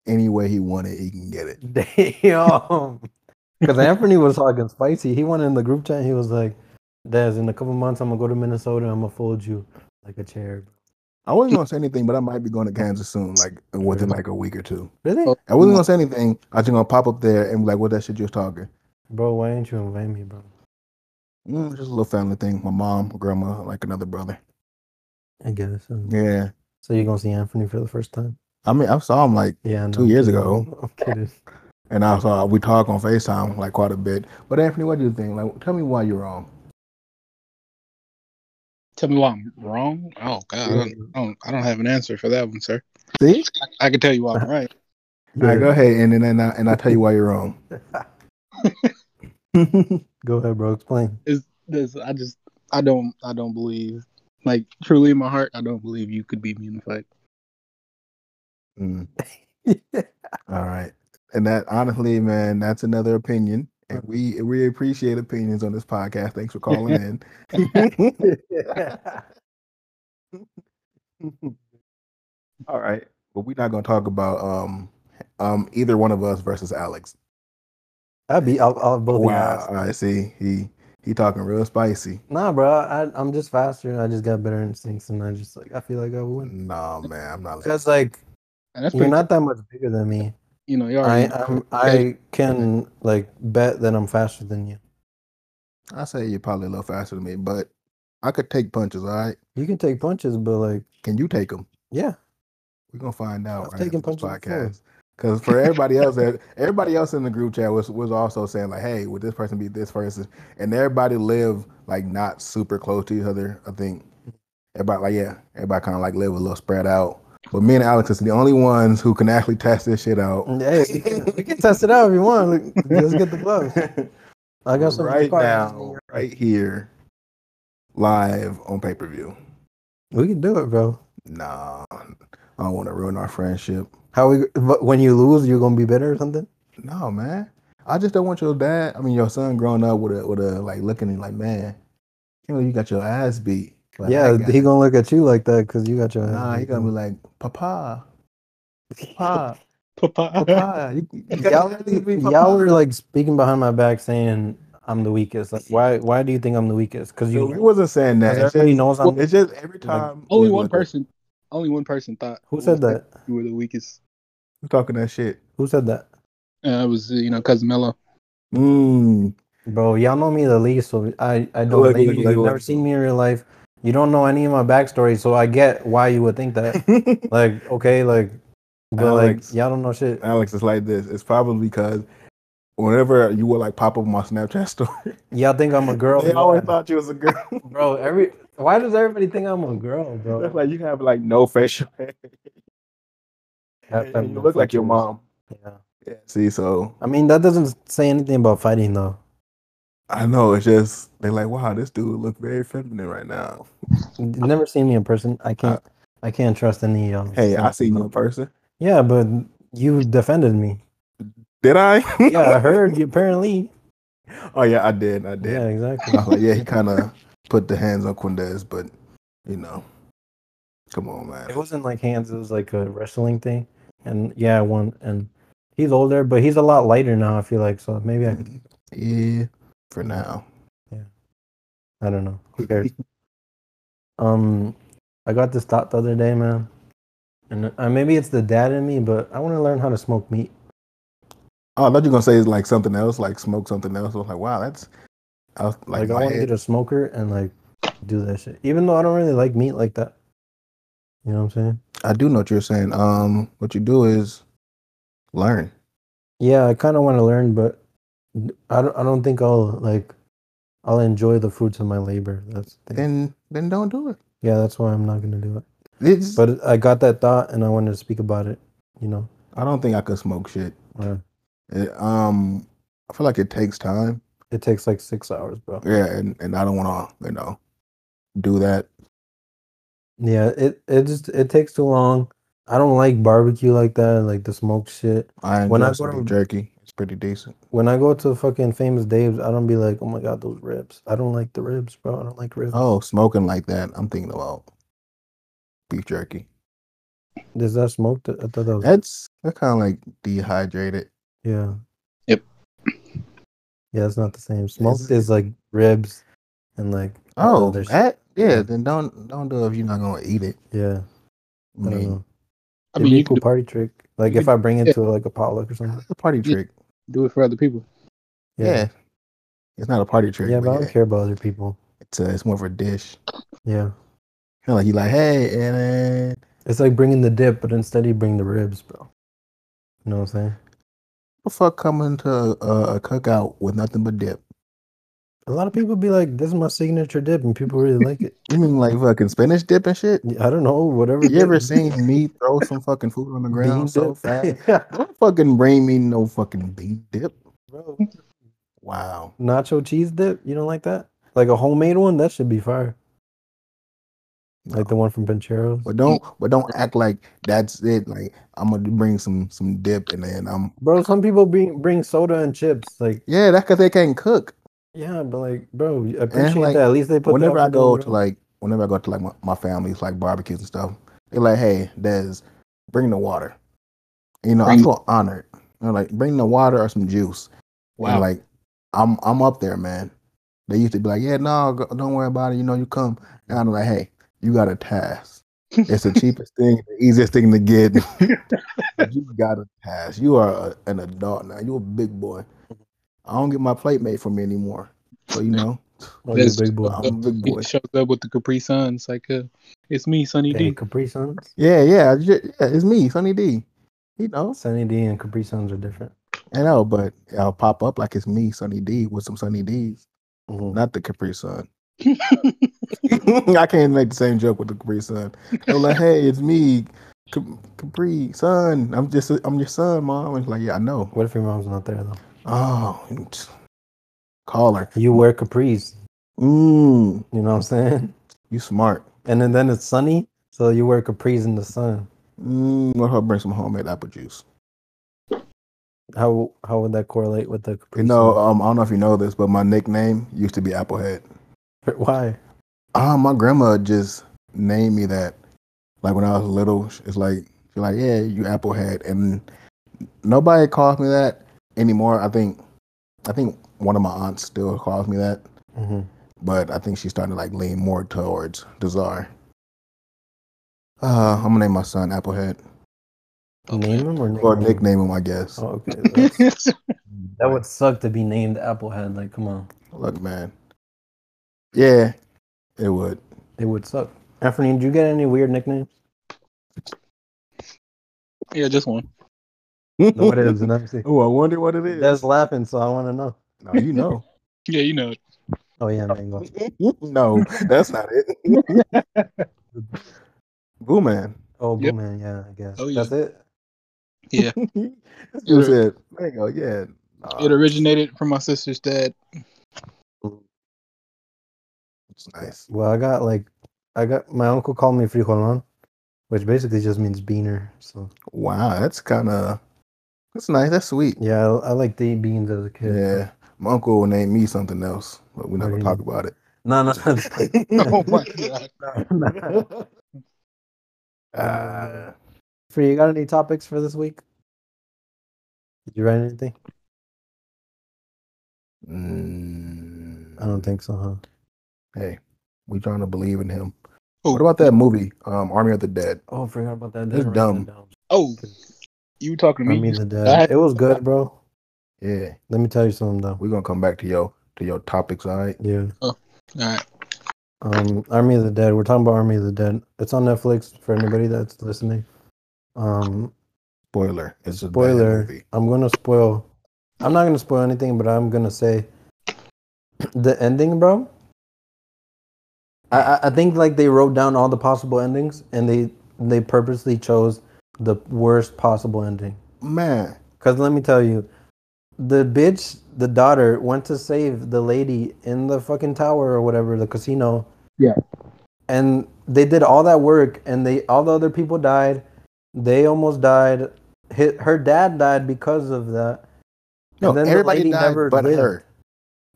Speaker 2: Any way he want it, he can get it.
Speaker 1: Damn. <laughs> Because Anthony was talking spicy. He went in the group chat. He was like, "Des, in a couple months, I'm gonna go to Minnesota. I'm gonna fold you like a chair."
Speaker 2: I wasn't gonna say anything, but I might be going to Kansas soon, like within like a week or two.
Speaker 1: Really,
Speaker 3: Oh.
Speaker 2: I wasn't gonna say anything. I was just gonna pop up there and be like, "What that shit you was talking?"
Speaker 1: bro? Why ain't you invite me, bro?
Speaker 2: Mm, just a little family thing. My mom, my grandma, like another brother.
Speaker 1: I guess. um,
Speaker 2: Yeah,
Speaker 1: So you're gonna see Anthony for the first time?
Speaker 2: I mean, I saw him like,
Speaker 1: Yeah, I know,
Speaker 2: Two
Speaker 1: I'm
Speaker 2: years
Speaker 1: kidding.
Speaker 2: ago.
Speaker 1: <laughs> I'm kidding.
Speaker 2: and I saw we talk on Facetime like quite a bit. But Anthony, what do you think? Like, tell me why you're wrong.
Speaker 3: Tell me why I'm wrong. Oh God, I don't, I don't, I don't have an answer for that one, sir.
Speaker 2: See,
Speaker 3: I can tell
Speaker 2: <laughs>
Speaker 3: you why I'm right.
Speaker 2: All right, go ahead, and then and I, and I tell you why you're wrong.
Speaker 1: <laughs> Go ahead, bro. Explain. <laughs>
Speaker 3: This, I just, I don't, I don't believe. Like truly in my heart, I don't believe you could beat me in a fight.
Speaker 1: <laughs>
Speaker 2: Mm, all right, and that honestly, man, that's another opinion, and we we appreciate opinions on this podcast. Thanks for calling
Speaker 1: <laughs>
Speaker 2: in. All right, but we're not gonna talk about um um either one of us versus Alex.
Speaker 1: I'd be out, out both of you.
Speaker 2: wow, I see he he talking real spicy.
Speaker 1: Nah, bro. I, I'm just faster. I just got better instincts, and I just like I feel like I would win. <laughs>
Speaker 2: Nah, man, I'm not.
Speaker 1: Cause like
Speaker 3: And that's
Speaker 1: you're
Speaker 3: pretty.
Speaker 1: not that much bigger than me.
Speaker 3: you know, you
Speaker 2: Oh,
Speaker 1: I
Speaker 3: already.
Speaker 1: I'm, <laughs> I can like bet that I'm faster than you.
Speaker 2: I say you're probably a little faster than me, but I could take punches. All right,
Speaker 1: You can take punches, but like
Speaker 2: can you take them?
Speaker 1: yeah,
Speaker 2: We're gonna find out.
Speaker 1: I've
Speaker 2: right
Speaker 1: taken
Speaker 2: after this
Speaker 1: punches before.
Speaker 2: podcast. Because for everybody else, that <laughs> everybody else in the group chat was was also saying like, "Hey, would this person be this person?" And everybody live like not super close to each other. I think everybody like yeah, everybody kind of like live a little spread out. But me and Alex is the only ones who can actually test this shit out.
Speaker 1: hey, <laughs> we can, we can test it out if you want. Like, let's get the gloves. I got some
Speaker 2: right
Speaker 1: requirements.
Speaker 2: now, right here. live on pay per view.
Speaker 1: We can do it, bro.
Speaker 2: Nah, I don't want to ruin our friendship.
Speaker 1: How we? But when you lose, you're gonna be bitter or something.
Speaker 2: No, man. I just don't want your dad. I mean, your son growing up with a with a like looking and like, man, you know, you got your ass beat. Like,
Speaker 1: yeah,
Speaker 2: I got-
Speaker 1: he gonna look at you like that because you got your.
Speaker 2: nah, he gonna be like, Papa,
Speaker 1: <laughs>
Speaker 2: Papa,
Speaker 3: Papa.
Speaker 2: Papa. You, you got your
Speaker 1: y'all,
Speaker 2: ass beat,
Speaker 1: y'all
Speaker 2: Papa."
Speaker 1: were like speaking behind my back, saying I'm the weakest. Like, why? Why do you think I'm the weakest? Because
Speaker 2: He
Speaker 1: you.
Speaker 2: wasn't saying that.
Speaker 1: 'cause
Speaker 2: It's
Speaker 1: everybody
Speaker 2: just,
Speaker 1: knows I'm.
Speaker 2: it's just every time.
Speaker 3: <laughs> Only
Speaker 2: we
Speaker 3: one
Speaker 2: look at-
Speaker 3: person. Only one person thought.
Speaker 1: Who said that?
Speaker 3: You were the weakest.
Speaker 2: we talking that shit.
Speaker 1: Who said that?
Speaker 3: Uh, it was uh, you know cousin Mello.
Speaker 2: Mm.
Speaker 1: Bro, y'all know me the least, so I I don't.
Speaker 2: Look,
Speaker 1: blame
Speaker 2: look,
Speaker 1: you.
Speaker 2: look,
Speaker 1: You've
Speaker 2: look.
Speaker 1: never seen me in real life. You don't know any of my backstory, so I get why you would think
Speaker 2: <laughs>
Speaker 1: that. like, okay, like, but
Speaker 2: Alex.
Speaker 1: like, y'all don't know shit.
Speaker 2: Alex, it's like this. It's probably because whenever you would like pop up my Snapchat story,
Speaker 1: Y'all think I'm a girl,
Speaker 2: <laughs> they
Speaker 1: bro.
Speaker 2: always thought you was
Speaker 1: <laughs>
Speaker 2: a girl.
Speaker 1: bro. Every why does everybody think I'm a girl, bro?
Speaker 2: That's like you have like no facial hair.
Speaker 1: Have-
Speaker 2: And
Speaker 1: have
Speaker 2: <laughs> you
Speaker 1: no
Speaker 2: look like your
Speaker 1: features.
Speaker 2: mom.
Speaker 1: Yeah.
Speaker 2: Yeah. See, so
Speaker 1: I mean, that doesn't say anything about fighting, though.
Speaker 2: I know it's just they're like, wow, this dude look very feminine right now.
Speaker 1: You've never seen me in person. I can't. I can't trust any. Um,
Speaker 2: Uh, Hey, I see you in person.
Speaker 1: Yeah, but you defended me.
Speaker 2: <laughs> Did I? <laughs>
Speaker 1: Yeah, I heard you. Apparently.
Speaker 2: oh yeah, I did. I
Speaker 1: Yeah,
Speaker 2: did.
Speaker 1: exactly.
Speaker 2: <laughs> I was like, yeah, he kind of put the hands on Quindez, but you know, come on, man.
Speaker 1: It wasn't like hands. It was like a wrestling thing. And yeah, I won. And he's older, but he's a lot lighter now. I feel like so. Maybe I.
Speaker 2: Yeah, for now.
Speaker 1: I don't know. Who
Speaker 2: <laughs>
Speaker 1: cares? um, I got this thought the other day, man. And uh, maybe it's the dad in me, but I want to learn how to smoke meat.
Speaker 2: Oh, I thought you were gonna say it's like something else, like smoke something else. I was like, wow, that's. I was like,
Speaker 1: Like, I
Speaker 2: my
Speaker 1: want to
Speaker 2: head-
Speaker 1: get a smoker and like do that shit. Even though I don't really like meat like that. You know what I'm saying?
Speaker 2: I do know what you're saying. Um, what you do is learn.
Speaker 1: Yeah, I kind of want to learn, but I don't. I don't think I'll like. I'll enjoy the fruits of my labor. That's the thing.
Speaker 2: Then, then don't do it.
Speaker 1: yeah. That's why I'm not gonna do it.
Speaker 2: It's,
Speaker 1: But I got that thought, and I wanted to speak about it. You know.
Speaker 2: I don't think I could smoke shit.
Speaker 1: Uh,
Speaker 2: It, um, I feel like it takes time.
Speaker 1: It takes like six hours, bro.
Speaker 2: Yeah, and, and I don't want to, you know, do that.
Speaker 1: Yeah, it it just it takes too long. I don't like barbecue like that, like the smoke shit.
Speaker 2: I
Speaker 1: When
Speaker 2: when
Speaker 1: I
Speaker 2: I
Speaker 1: go to-
Speaker 2: jerky, it's pretty decent.
Speaker 1: When I go to fucking famous Dave's, I don't be like, oh my god, those ribs. I don't like the ribs, bro. I don't like ribs.
Speaker 2: Oh, smoking like that, I'm thinking about beef jerky.
Speaker 1: Is that smoked? I thought that was
Speaker 2: That's that's kind of like dehydrated.
Speaker 1: yeah.
Speaker 3: Yep.
Speaker 1: Yeah, it's not the same. Smoked
Speaker 2: Is-
Speaker 1: is like ribs and like
Speaker 2: Oh,
Speaker 1: there's-
Speaker 2: that yeah.
Speaker 1: yeah.
Speaker 2: Then don't don't do it if you're not gonna eat it.
Speaker 1: yeah.
Speaker 2: I
Speaker 1: I don't
Speaker 2: mean,
Speaker 1: know.
Speaker 3: I
Speaker 1: It'd
Speaker 3: mean,
Speaker 1: be a
Speaker 3: you
Speaker 1: cool
Speaker 3: could
Speaker 1: party trick. Like
Speaker 3: you
Speaker 1: if I bring it
Speaker 3: yeah.
Speaker 1: to like a potluck or something.
Speaker 2: it's a party
Speaker 3: Yeah.
Speaker 2: trick.
Speaker 3: do it for other people.
Speaker 2: Yeah. it's not a party trick.
Speaker 1: Yeah, but I
Speaker 2: but
Speaker 1: don't
Speaker 2: yeah,
Speaker 1: care about other people.
Speaker 2: it's a, it's more of a dish.
Speaker 1: Yeah.
Speaker 2: Kinda like you like, hey, and then
Speaker 1: It's like bringing the dip, but instead you bring the ribs, bro. You know what I'm saying?
Speaker 2: what the fuck coming to a, a cookout with nothing but dip?
Speaker 1: A lot of people be like, "This is my signature dip," and people really like it.
Speaker 2: You mean like fucking spinach dip and shit?
Speaker 1: I don't know, whatever.
Speaker 2: You ever
Speaker 1: dip. <laughs>
Speaker 2: seen me throw some fucking food on the ground
Speaker 1: Bean
Speaker 2: so
Speaker 1: dip? <laughs>
Speaker 2: fast?
Speaker 1: yeah,
Speaker 2: Don't fucking bring me no fucking bean dip.
Speaker 1: bro.
Speaker 2: Wow.
Speaker 1: Nacho cheese dip. You don't like that? Like a homemade one? That should be fire. Like the one from Pancheros.
Speaker 2: But don't but don't act like that's it. Like I'm gonna bring some some dip and then I'm
Speaker 1: Bro, some people bring bring soda and chips. Like,
Speaker 2: yeah, that's cause they can't cook.
Speaker 1: yeah, but like, bro, I appreciate
Speaker 2: like,
Speaker 1: that. At least they put. the
Speaker 2: whenever I
Speaker 1: effort in,
Speaker 2: go to
Speaker 1: bro.
Speaker 2: like whenever I go to like my, my family's like barbecues and stuff, they're like, Hey, Des, bring the water. You know, I
Speaker 3: Bring-
Speaker 2: feel honored. They're like, bring the water or some juice. And,
Speaker 3: Wow.
Speaker 2: like I'm I'm up there, man. They used to be like, yeah, no, go, don't worry about it. You know, you come. And I'm like, hey, you got a task. It's the cheapest thing, the easiest thing to get. <laughs> you got a task. You are a, an adult now. You're a big boy. I don't get my plate made for me anymore. So you know,
Speaker 1: Oh, you
Speaker 3: That's-
Speaker 1: big boy.
Speaker 2: I'm a big
Speaker 3: he
Speaker 2: boy.
Speaker 3: shows up with the Capri Suns like, uh, it's me, Sonny
Speaker 1: Hey,
Speaker 3: D.
Speaker 1: Capri Suns.
Speaker 2: Yeah, yeah, I ju- yeah. It's me, Sonny D. You know,
Speaker 1: Sunny D and Capri Suns are different.
Speaker 2: I know, but I'll pop up like it's me, Sonny D, with some Sonny D's,
Speaker 1: Mhm.
Speaker 2: not the Capri Sun. <laughs> I can't make the same joke with the Capri Sun. They're like, hey, it's me, Cap- Capri Sun. I'm just, I'm your son, mom. And she's like, yeah, I know.
Speaker 1: What if your mom's not there though?
Speaker 2: Oh, and just call her.
Speaker 1: You wear capris.
Speaker 2: Mm,
Speaker 1: You know what I'm saying?
Speaker 2: you smart.
Speaker 1: And then, then it's sunny, so you wear capris in the sun.
Speaker 2: Mm, what if I bring some homemade apple juice?
Speaker 1: How how would that correlate with the capris?
Speaker 2: You know, um, I don't know if you know this, but my nickname used to be Applehead.
Speaker 1: why?
Speaker 2: Ah, my grandma just named me that. Like when I was little, sh- it's like she's like, "Yeah, you applehead," and nobody calls me that anymore. I think, I think one of my aunts still calls me that,
Speaker 1: hmm
Speaker 2: but I think she's starting to like lean more towards Desire. Uh, I'm gonna name my son Applehead
Speaker 1: Name him or nickname?
Speaker 2: or nickname him, I guess.
Speaker 1: Mm-hmm. Oh, okay. That's- <laughs> that would suck to be named Applehead. Like, come on,
Speaker 2: Look, man. Yeah, it
Speaker 1: <laughs>
Speaker 2: would.
Speaker 1: it would suck. Anthony, did you get any weird nicknames?
Speaker 3: <laughs> yeah, just one.
Speaker 1: No, it is. <laughs> Let me see.
Speaker 2: Oh, I wonder what it is.
Speaker 1: That's laughing, so I want to know.
Speaker 2: no, you know.
Speaker 3: Yeah, you know. it.
Speaker 1: Oh yeah, mango.
Speaker 2: <laughs> no, that's not it. Boo man.
Speaker 1: Oh,
Speaker 3: Yep.
Speaker 1: boom, man. Yeah, I guess.
Speaker 3: Oh,
Speaker 1: That's it.
Speaker 2: You
Speaker 3: Sure.
Speaker 2: said mango, yeah. Nah,
Speaker 1: Uh,
Speaker 3: It originated from my sister's dad. <laughs>
Speaker 2: it's nice.
Speaker 1: Well, I got like, I got my uncle called me frijolon, which basically just means beaner. So
Speaker 2: Wow, that's kind of that's nice. That's sweet.
Speaker 1: yeah, I, I like to eat beans as a kid.
Speaker 2: Yeah, my uncle will name me something else, but we're not
Speaker 1: What do
Speaker 2: gonna talk
Speaker 1: you
Speaker 2: about it.
Speaker 1: <laughs>
Speaker 2: <laughs>
Speaker 1: No, no.
Speaker 3: oh my god.
Speaker 1: no.
Speaker 2: Uh,
Speaker 1: <laughs> Free, you got any topics for this week? Did you write anything? I don't think so, huh?
Speaker 2: mm, Hey, we trying to believe in him.
Speaker 3: Oh.
Speaker 2: What about that movie, um, Army of the Dead?
Speaker 1: Oh, forgot about that.
Speaker 2: That's
Speaker 1: Didn't write that
Speaker 2: dumb.
Speaker 1: down.
Speaker 3: Oh, you were talking to
Speaker 1: I
Speaker 3: me.
Speaker 1: mean,
Speaker 3: You-
Speaker 1: the
Speaker 3: that-
Speaker 1: dead. It was good, bro.
Speaker 2: Yeah,
Speaker 1: Let me tell you something though.
Speaker 2: we're gonna come back to your to your topics, all right?
Speaker 1: Yeah.
Speaker 3: All right.
Speaker 1: Um, Army of the Dead. We're talking about Army of the Dead. It's on Netflix for anybody that's listening. Um,
Speaker 2: Spoiler. It's a bad
Speaker 1: spoiler.
Speaker 2: movie.
Speaker 1: I'm gonna spoil. I'm not gonna spoil anything, but I'm gonna say the ending, bro. I I- I think like they wrote down all the possible endings, and they they purposely chose the worst possible ending.
Speaker 2: Man,
Speaker 1: Cause let me tell you, the bitch, the daughter, went to save the lady in the fucking tower or whatever, the casino.
Speaker 3: Yeah.
Speaker 1: And they did all that work, and they all the other people died. They almost died. Hit, her dad died because of that.
Speaker 2: No,
Speaker 1: And then the
Speaker 2: everybody
Speaker 1: lady
Speaker 2: died
Speaker 1: never
Speaker 2: but
Speaker 1: lived.
Speaker 2: her.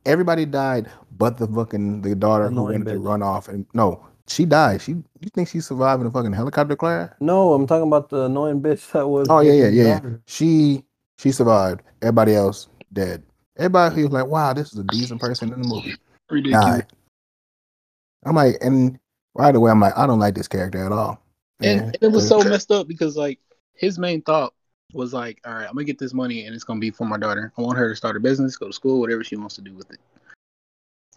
Speaker 2: Everybody died but the fucking the daughter who
Speaker 1: Annoying
Speaker 2: wanted to
Speaker 1: bitch.
Speaker 2: run off and no, she died. She you think she survived in a fucking helicopter crash?
Speaker 1: No, I'm talking about the annoying bitch that was.
Speaker 2: Oh yeah, yeah,
Speaker 1: his
Speaker 2: yeah, yeah.
Speaker 1: daughter.
Speaker 2: She she survived. Everybody else dead. Everybody who was like, wow, this is a decent person in the movie
Speaker 3: Ridiculous.
Speaker 2: died. I'm like, and right away I'm like, I don't like this character at all.
Speaker 3: And it was so messed up because like his main thought was like, all right, I'm gonna get this money and it's gonna be for my daughter. I want her to start a business, go to school, whatever she wants to do with it.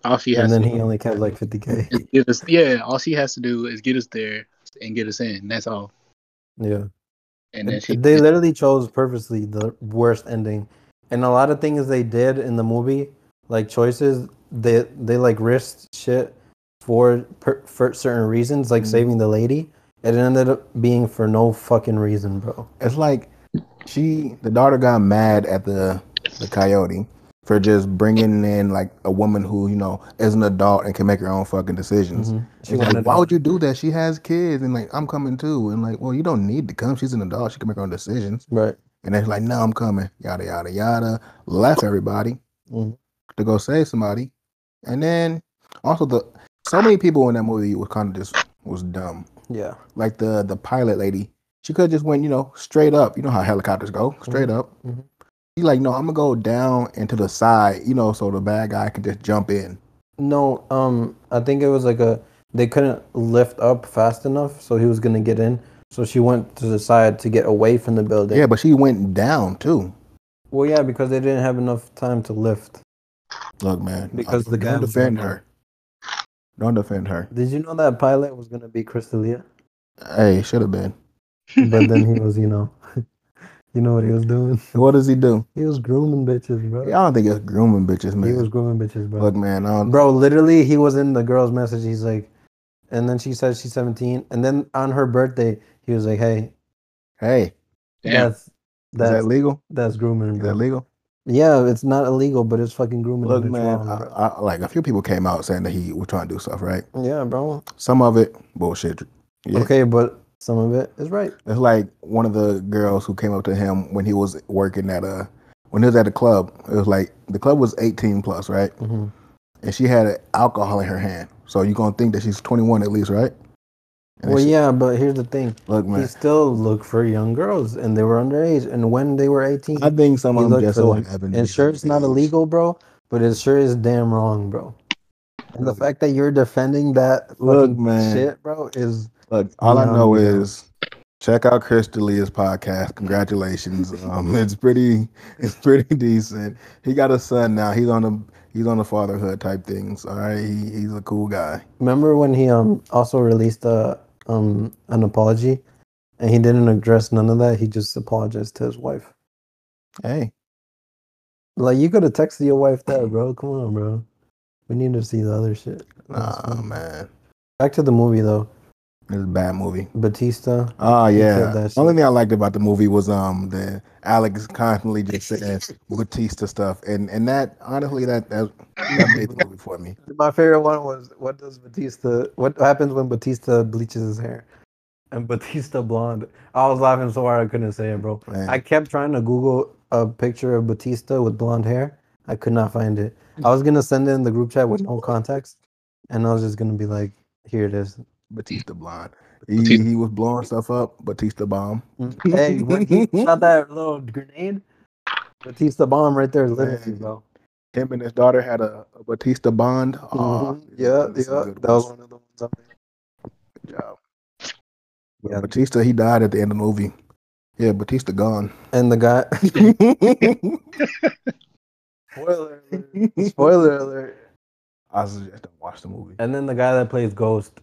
Speaker 3: All she
Speaker 1: And
Speaker 3: has
Speaker 1: then
Speaker 3: to
Speaker 1: he only kept like 50k.
Speaker 3: do is get us yeah, all she has to do is get us there and get us in. That's all.
Speaker 1: Yeah.
Speaker 3: And then
Speaker 1: It-
Speaker 3: she
Speaker 1: they literally chose purposely the worst ending and a lot of things they did in the movie like choices they they like risked shit for per, for certain reasons like
Speaker 2: Mhm.
Speaker 1: saving the lady it ended up being for no fucking reason bro
Speaker 2: It's like she, the daughter, got mad at the the coyote for just bringing in like a woman who you know is an adult and can make her own fucking decisions.
Speaker 1: Mm-hmm. she
Speaker 2: It's like,
Speaker 1: wanted
Speaker 2: why would you do that? She has kids, and like I'm coming too, and like, well, you don't need to come. She's an adult. She can make her own decisions.
Speaker 1: right
Speaker 2: And then she's like, no, I'm coming. Yada yada yada. Left everybody
Speaker 1: Mhm.
Speaker 2: to go save somebody, and then also the so many people in that movie was kind of just was dumb
Speaker 1: yeah
Speaker 2: like the the pilot lady. She could have just went, you know, straight up. You know how helicopters go, straight up.
Speaker 1: mhm.
Speaker 2: She like, no, I'm gonna go down and to the side, you know, so the bad guy can just jump in.
Speaker 1: no um i think it was like a they couldn't lift up fast enough so he was gonna get in so she went to the side to get away from the building
Speaker 2: Yeah, but she went down too.
Speaker 1: well yeah because they didn't have enough time to lift
Speaker 2: Look, man,
Speaker 1: Because the guy
Speaker 2: don't
Speaker 1: was
Speaker 2: defend
Speaker 1: down.
Speaker 2: her. Don't defend her.
Speaker 1: Did you know that pilot was gonna be Crystalia?
Speaker 2: Hey, should have been.
Speaker 1: But
Speaker 3: <laughs>
Speaker 1: then he was, you know, <laughs> you know what he was doing.
Speaker 2: What does he do?
Speaker 1: He was grooming bitches,
Speaker 2: I
Speaker 1: bro.
Speaker 2: don't think it's grooming bitches,
Speaker 1: He
Speaker 2: man.
Speaker 1: was grooming bitches, bro.
Speaker 2: Look, man, I don't,
Speaker 1: bro, literally, he was in the girl's message. He's like, and then she says she's 17, and then on her birthday, he was like, hey,
Speaker 2: hey,
Speaker 3: Damn.
Speaker 1: that's that's
Speaker 2: is that legal?
Speaker 1: that's grooming,
Speaker 2: Is that
Speaker 1: bro.
Speaker 2: legal?
Speaker 1: Yeah, it's not illegal, but it's fucking grooming.
Speaker 2: Look,
Speaker 1: and it's
Speaker 2: man,
Speaker 1: wrong,
Speaker 2: I,
Speaker 1: bro.
Speaker 2: I, like a few people came out saying that he was trying to do stuff, right?
Speaker 1: yeah, bro.
Speaker 2: Some of it bullshit. Yeah.
Speaker 1: Okay, but some of it is right.
Speaker 2: It's like one of the girls who came up to him when he was working at a when he was at a club. It was like the club was 18 plus, right?
Speaker 1: Mm-hmm.
Speaker 2: And she had alcohol in her hand. So you gonna think that she's 21 at least, right? And
Speaker 1: Well,
Speaker 2: she-
Speaker 1: yeah, but here's the thing:
Speaker 2: Look,
Speaker 1: he
Speaker 2: man.
Speaker 1: still looked for young girls, and they were underage. And when they were eighteen,
Speaker 2: I think some
Speaker 1: he
Speaker 2: of them
Speaker 1: looked
Speaker 2: just
Speaker 1: for
Speaker 2: so
Speaker 1: them.
Speaker 2: happened. to
Speaker 1: And
Speaker 2: be
Speaker 1: sure, it's not
Speaker 2: underage.
Speaker 1: illegal, bro, but it sure is damn wrong, bro. And the fact that you're defending that fucking
Speaker 2: Look, man.
Speaker 1: shit, bro, is
Speaker 2: Look, all I
Speaker 1: Beyond
Speaker 2: know
Speaker 1: beyond.
Speaker 2: is check out Chris D'Elia's
Speaker 1: <laughs>
Speaker 2: podcast. Congratulations. Um, it's pretty, it's pretty decent. He got a son now. He's on the he's on the fatherhood type things. All right, he, he's a cool guy.
Speaker 1: Remember when he um also released a um an apology, and he didn't address none of that. He just apologized to his wife.
Speaker 2: Hey,
Speaker 1: Like you could have texted your wife that, bro. Come on, bro. We need to see the other shit.
Speaker 2: nah, man,
Speaker 1: Back to the movie though,
Speaker 2: this is a bad movie.
Speaker 1: Batista.
Speaker 2: Oh yeah.
Speaker 1: killed
Speaker 2: The
Speaker 1: that
Speaker 2: only
Speaker 1: shit.
Speaker 2: thing I liked about the movie was um the Alex constantly just saying Batista stuff, and and that honestly that that, that made the movie for me.
Speaker 1: My favorite one was what does Batista? What happens when Batista bleaches his hair? And <laughs> Batista blonde. I was laughing so hard I couldn't say it, bro.
Speaker 2: Man.
Speaker 1: I kept trying to Google a picture of Batista with blonde hair. I could not find it. I was gonna send it in the group chat with no context, and I was just gonna be like, "Here it is."
Speaker 2: Batista blonde. He, he was blowing stuff up. Batista bomb.
Speaker 1: hey, when he shot that little grenade, Batista bomb right there is literacy,
Speaker 2: Man.
Speaker 1: bro.
Speaker 2: him and his daughter had a, a Batista bond. Ah, Aw,
Speaker 1: Mhm. yeah,
Speaker 2: this is a
Speaker 1: yeah,
Speaker 2: good
Speaker 1: that was one of the ones. I
Speaker 2: Good job.
Speaker 1: Yeah.
Speaker 2: Batista, he died at the end of the movie. Yeah, Batista gone.
Speaker 1: And the
Speaker 3: <laughs>
Speaker 1: guy. Spoiler alert. <laughs> Spoiler alert.
Speaker 2: I suggest don't watch the movie.
Speaker 1: And then the guy that plays Ghost,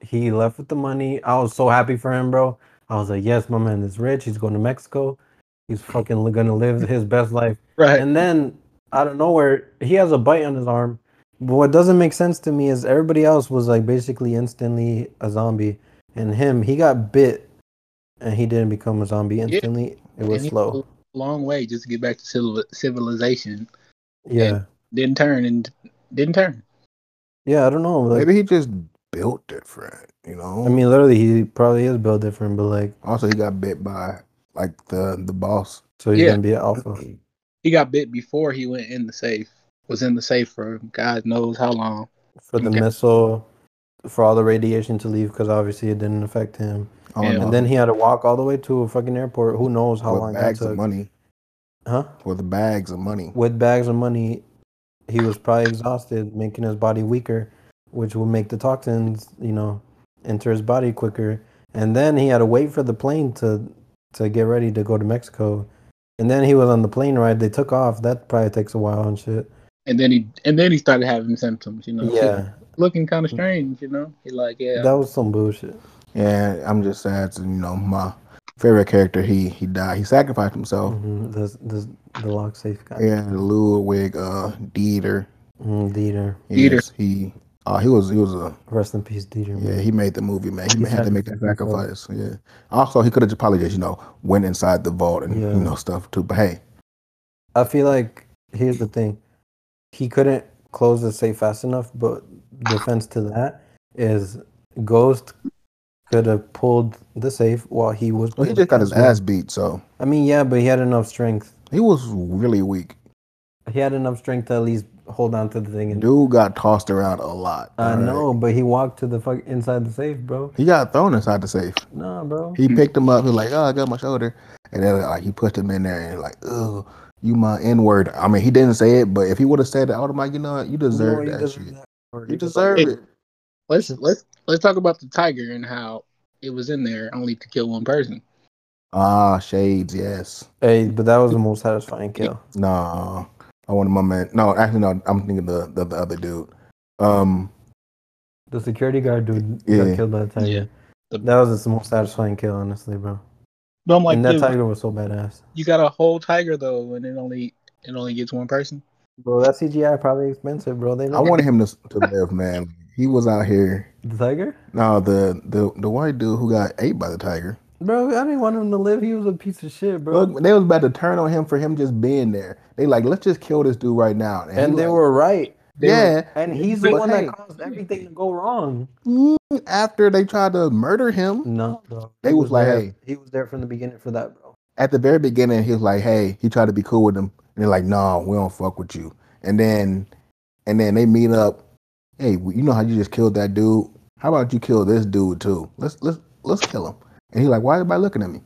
Speaker 1: he left with the money. I was so happy for him, bro. I was like, yes, my man is rich. He's going to Mexico. He's fucking li- gonna live his best life.
Speaker 3: Right.
Speaker 1: And then out of nowhere, he has a bite on his arm. But what doesn't make sense to me is everybody else was like basically instantly a zombie, and him, he got bit, and he didn't become a zombie instantly. It was
Speaker 3: And he
Speaker 1: slow.
Speaker 3: was a long way just to get back to civil- civilization.
Speaker 1: Yeah,
Speaker 3: Didn't turn and didn't turn.
Speaker 1: yeah. I don't know. Like,
Speaker 2: Maybe he just built different, you know?
Speaker 1: I mean, literally, he probably is built different, but like,
Speaker 2: also, he got bit by like the the boss.
Speaker 1: so he's
Speaker 3: Yeah.
Speaker 1: gonna be an alpha.
Speaker 3: He got bit before he went in the safe. Was in the safe for God knows how long.
Speaker 1: for the
Speaker 3: Okay.
Speaker 1: missile for all the radiation to leave because obviously it didn't affect him.
Speaker 2: Oh,
Speaker 3: Yeah.
Speaker 2: no.
Speaker 1: And then he had to walk all the way to a fucking airport. Who knows how
Speaker 2: with
Speaker 1: long that
Speaker 2: bags of
Speaker 1: took?
Speaker 2: money.
Speaker 1: Huh?
Speaker 2: With bags of money.
Speaker 1: With bags of money, he was probably exhausted, making his body weaker, which will make the toxins, you know, enter his body quicker. And then he had to wait for the plane to to get ready to go to Mexico. And then he was on the plane ride. They took off. That probably takes a while and shit.
Speaker 3: And then he and then he started having symptoms. You know.
Speaker 1: Yeah,
Speaker 3: Looking kind of strange. You know. He like yeah.
Speaker 1: that was some bullshit.
Speaker 2: Yeah, I'm just sad. To, you know, my favorite character, he he died. He sacrificed himself.
Speaker 1: hmm The, the the lock safe guy.
Speaker 2: Oh. Yeah, Ludwig uh, Dieter.
Speaker 1: Mm, Dieter.
Speaker 2: Yes,
Speaker 3: Dieter.
Speaker 2: He uh, he was he was a
Speaker 1: Rest in peace, Dieter.
Speaker 2: yeah. He made the movie, man. He,
Speaker 1: He
Speaker 2: had to make that
Speaker 1: sacrificed himself.
Speaker 2: sacrifice. Yeah. Also, he could have just probably just you know went inside the vault and
Speaker 1: Yeah.
Speaker 2: you know stuff too. But hey,
Speaker 1: I feel like here's the thing. He couldn't close the safe fast enough, but defense to that is Ghost could have pulled the safe while he was.
Speaker 2: well, he just got his ass beat, so
Speaker 1: I mean, yeah, but he had enough strength.
Speaker 2: he was really weak.
Speaker 1: He had enough strength to at least hold on to the thing. And,
Speaker 2: Dude got tossed around a lot.
Speaker 1: I
Speaker 2: all right?
Speaker 1: know, but he walked to the fuck inside the safe, bro.
Speaker 2: He got thrown inside the safe.
Speaker 1: Nah, bro.
Speaker 2: He picked him up. He was like, "Oh, I got my shoulder," and then like he pushed him in there and like, "Oh, you my N word." I mean, he didn't say it, but if he would have said it, I would have like, you know, what? you
Speaker 1: No,
Speaker 2: deserve
Speaker 1: he
Speaker 2: that
Speaker 1: deserved
Speaker 2: shit.
Speaker 1: that word.
Speaker 2: You deserve it.
Speaker 3: Let's let's let's talk about the tiger and how it was in there only to kill one person.
Speaker 2: Ah, shades. Yes.
Speaker 1: Hey, but that was the most satisfying kill.
Speaker 2: No, I wanted my man. No, actually, no. I'm thinking the the, the other dude. Um,
Speaker 1: The security guard dude
Speaker 2: Yeah.
Speaker 1: got killed by the tiger.
Speaker 3: Yeah.
Speaker 1: That was the most satisfying kill, honestly, bro.
Speaker 3: But I'm like,
Speaker 1: and that
Speaker 3: dude,
Speaker 1: tiger was so badass.
Speaker 3: you got a whole tiger though, and it only it only gets one person.
Speaker 1: Bro, that CGI probably expensive, bro. They
Speaker 2: I
Speaker 1: know
Speaker 2: wanted him to to live, man. He was out here.
Speaker 1: the tiger.
Speaker 2: No, the the the white dude who got ate by the tiger.
Speaker 1: Bro, I didn't want him to live. He was a piece of shit, bro.
Speaker 2: Look, they was about to turn on him for him just being there. They like, let's just kill this dude right now. he
Speaker 1: and they
Speaker 2: like,
Speaker 1: were right.
Speaker 2: they yeah.
Speaker 1: And he's the
Speaker 2: But
Speaker 1: one
Speaker 2: hey.
Speaker 1: that caused everything to go wrong.
Speaker 2: Mm, After they tried to murder him
Speaker 1: No, bro.
Speaker 2: They
Speaker 1: He
Speaker 2: was like,
Speaker 1: there-
Speaker 2: hey.
Speaker 1: he was there from the beginning for that, bro.
Speaker 2: at the very beginning, he was like, "Hey," he tried to be cool with them, and they're like, "No, we don't fuck with you." And then, and then they meet up. Hey, you know how you just killed that dude? How about you kill this dude too? Let's let's let's kill him. And he's like, "Why everybody looking at me?"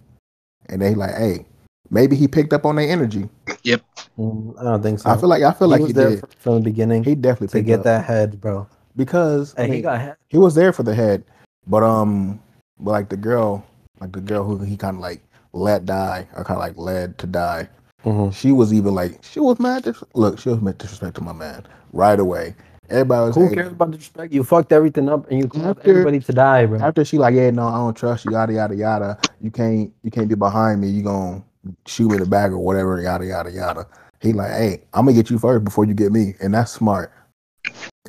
Speaker 2: And they like, "Hey, maybe he picked up on their energy."
Speaker 1: Mm, I don't think so.
Speaker 2: I feel like I feel like
Speaker 1: was
Speaker 2: he
Speaker 1: there
Speaker 2: did.
Speaker 1: fr- from the beginning
Speaker 2: He definitely
Speaker 1: to
Speaker 2: picked
Speaker 1: get
Speaker 2: up
Speaker 1: that head, bro.
Speaker 2: because I
Speaker 1: And he
Speaker 2: mean,
Speaker 1: got head.
Speaker 2: he was there for the head, but um, but like the girl, like the girl who he kind of like let die or kind of like led to die.
Speaker 1: Mm-hmm.
Speaker 2: She was even like, she was mad. Dis- Look, she was mad disrespect to my man right away. Everybody was
Speaker 1: Who
Speaker 2: hating.
Speaker 1: cares about disrespect? You fucked everything up and you caused
Speaker 2: After-
Speaker 1: everybody to die, bro.
Speaker 2: After she like, yeah, no, I don't trust you. Yada yada yada. You can't, you can't be behind me. You gonna shoot me in the back or whatever. Yada yada yada. He like, hey, I'm gonna get you first before you get me, and that's smart.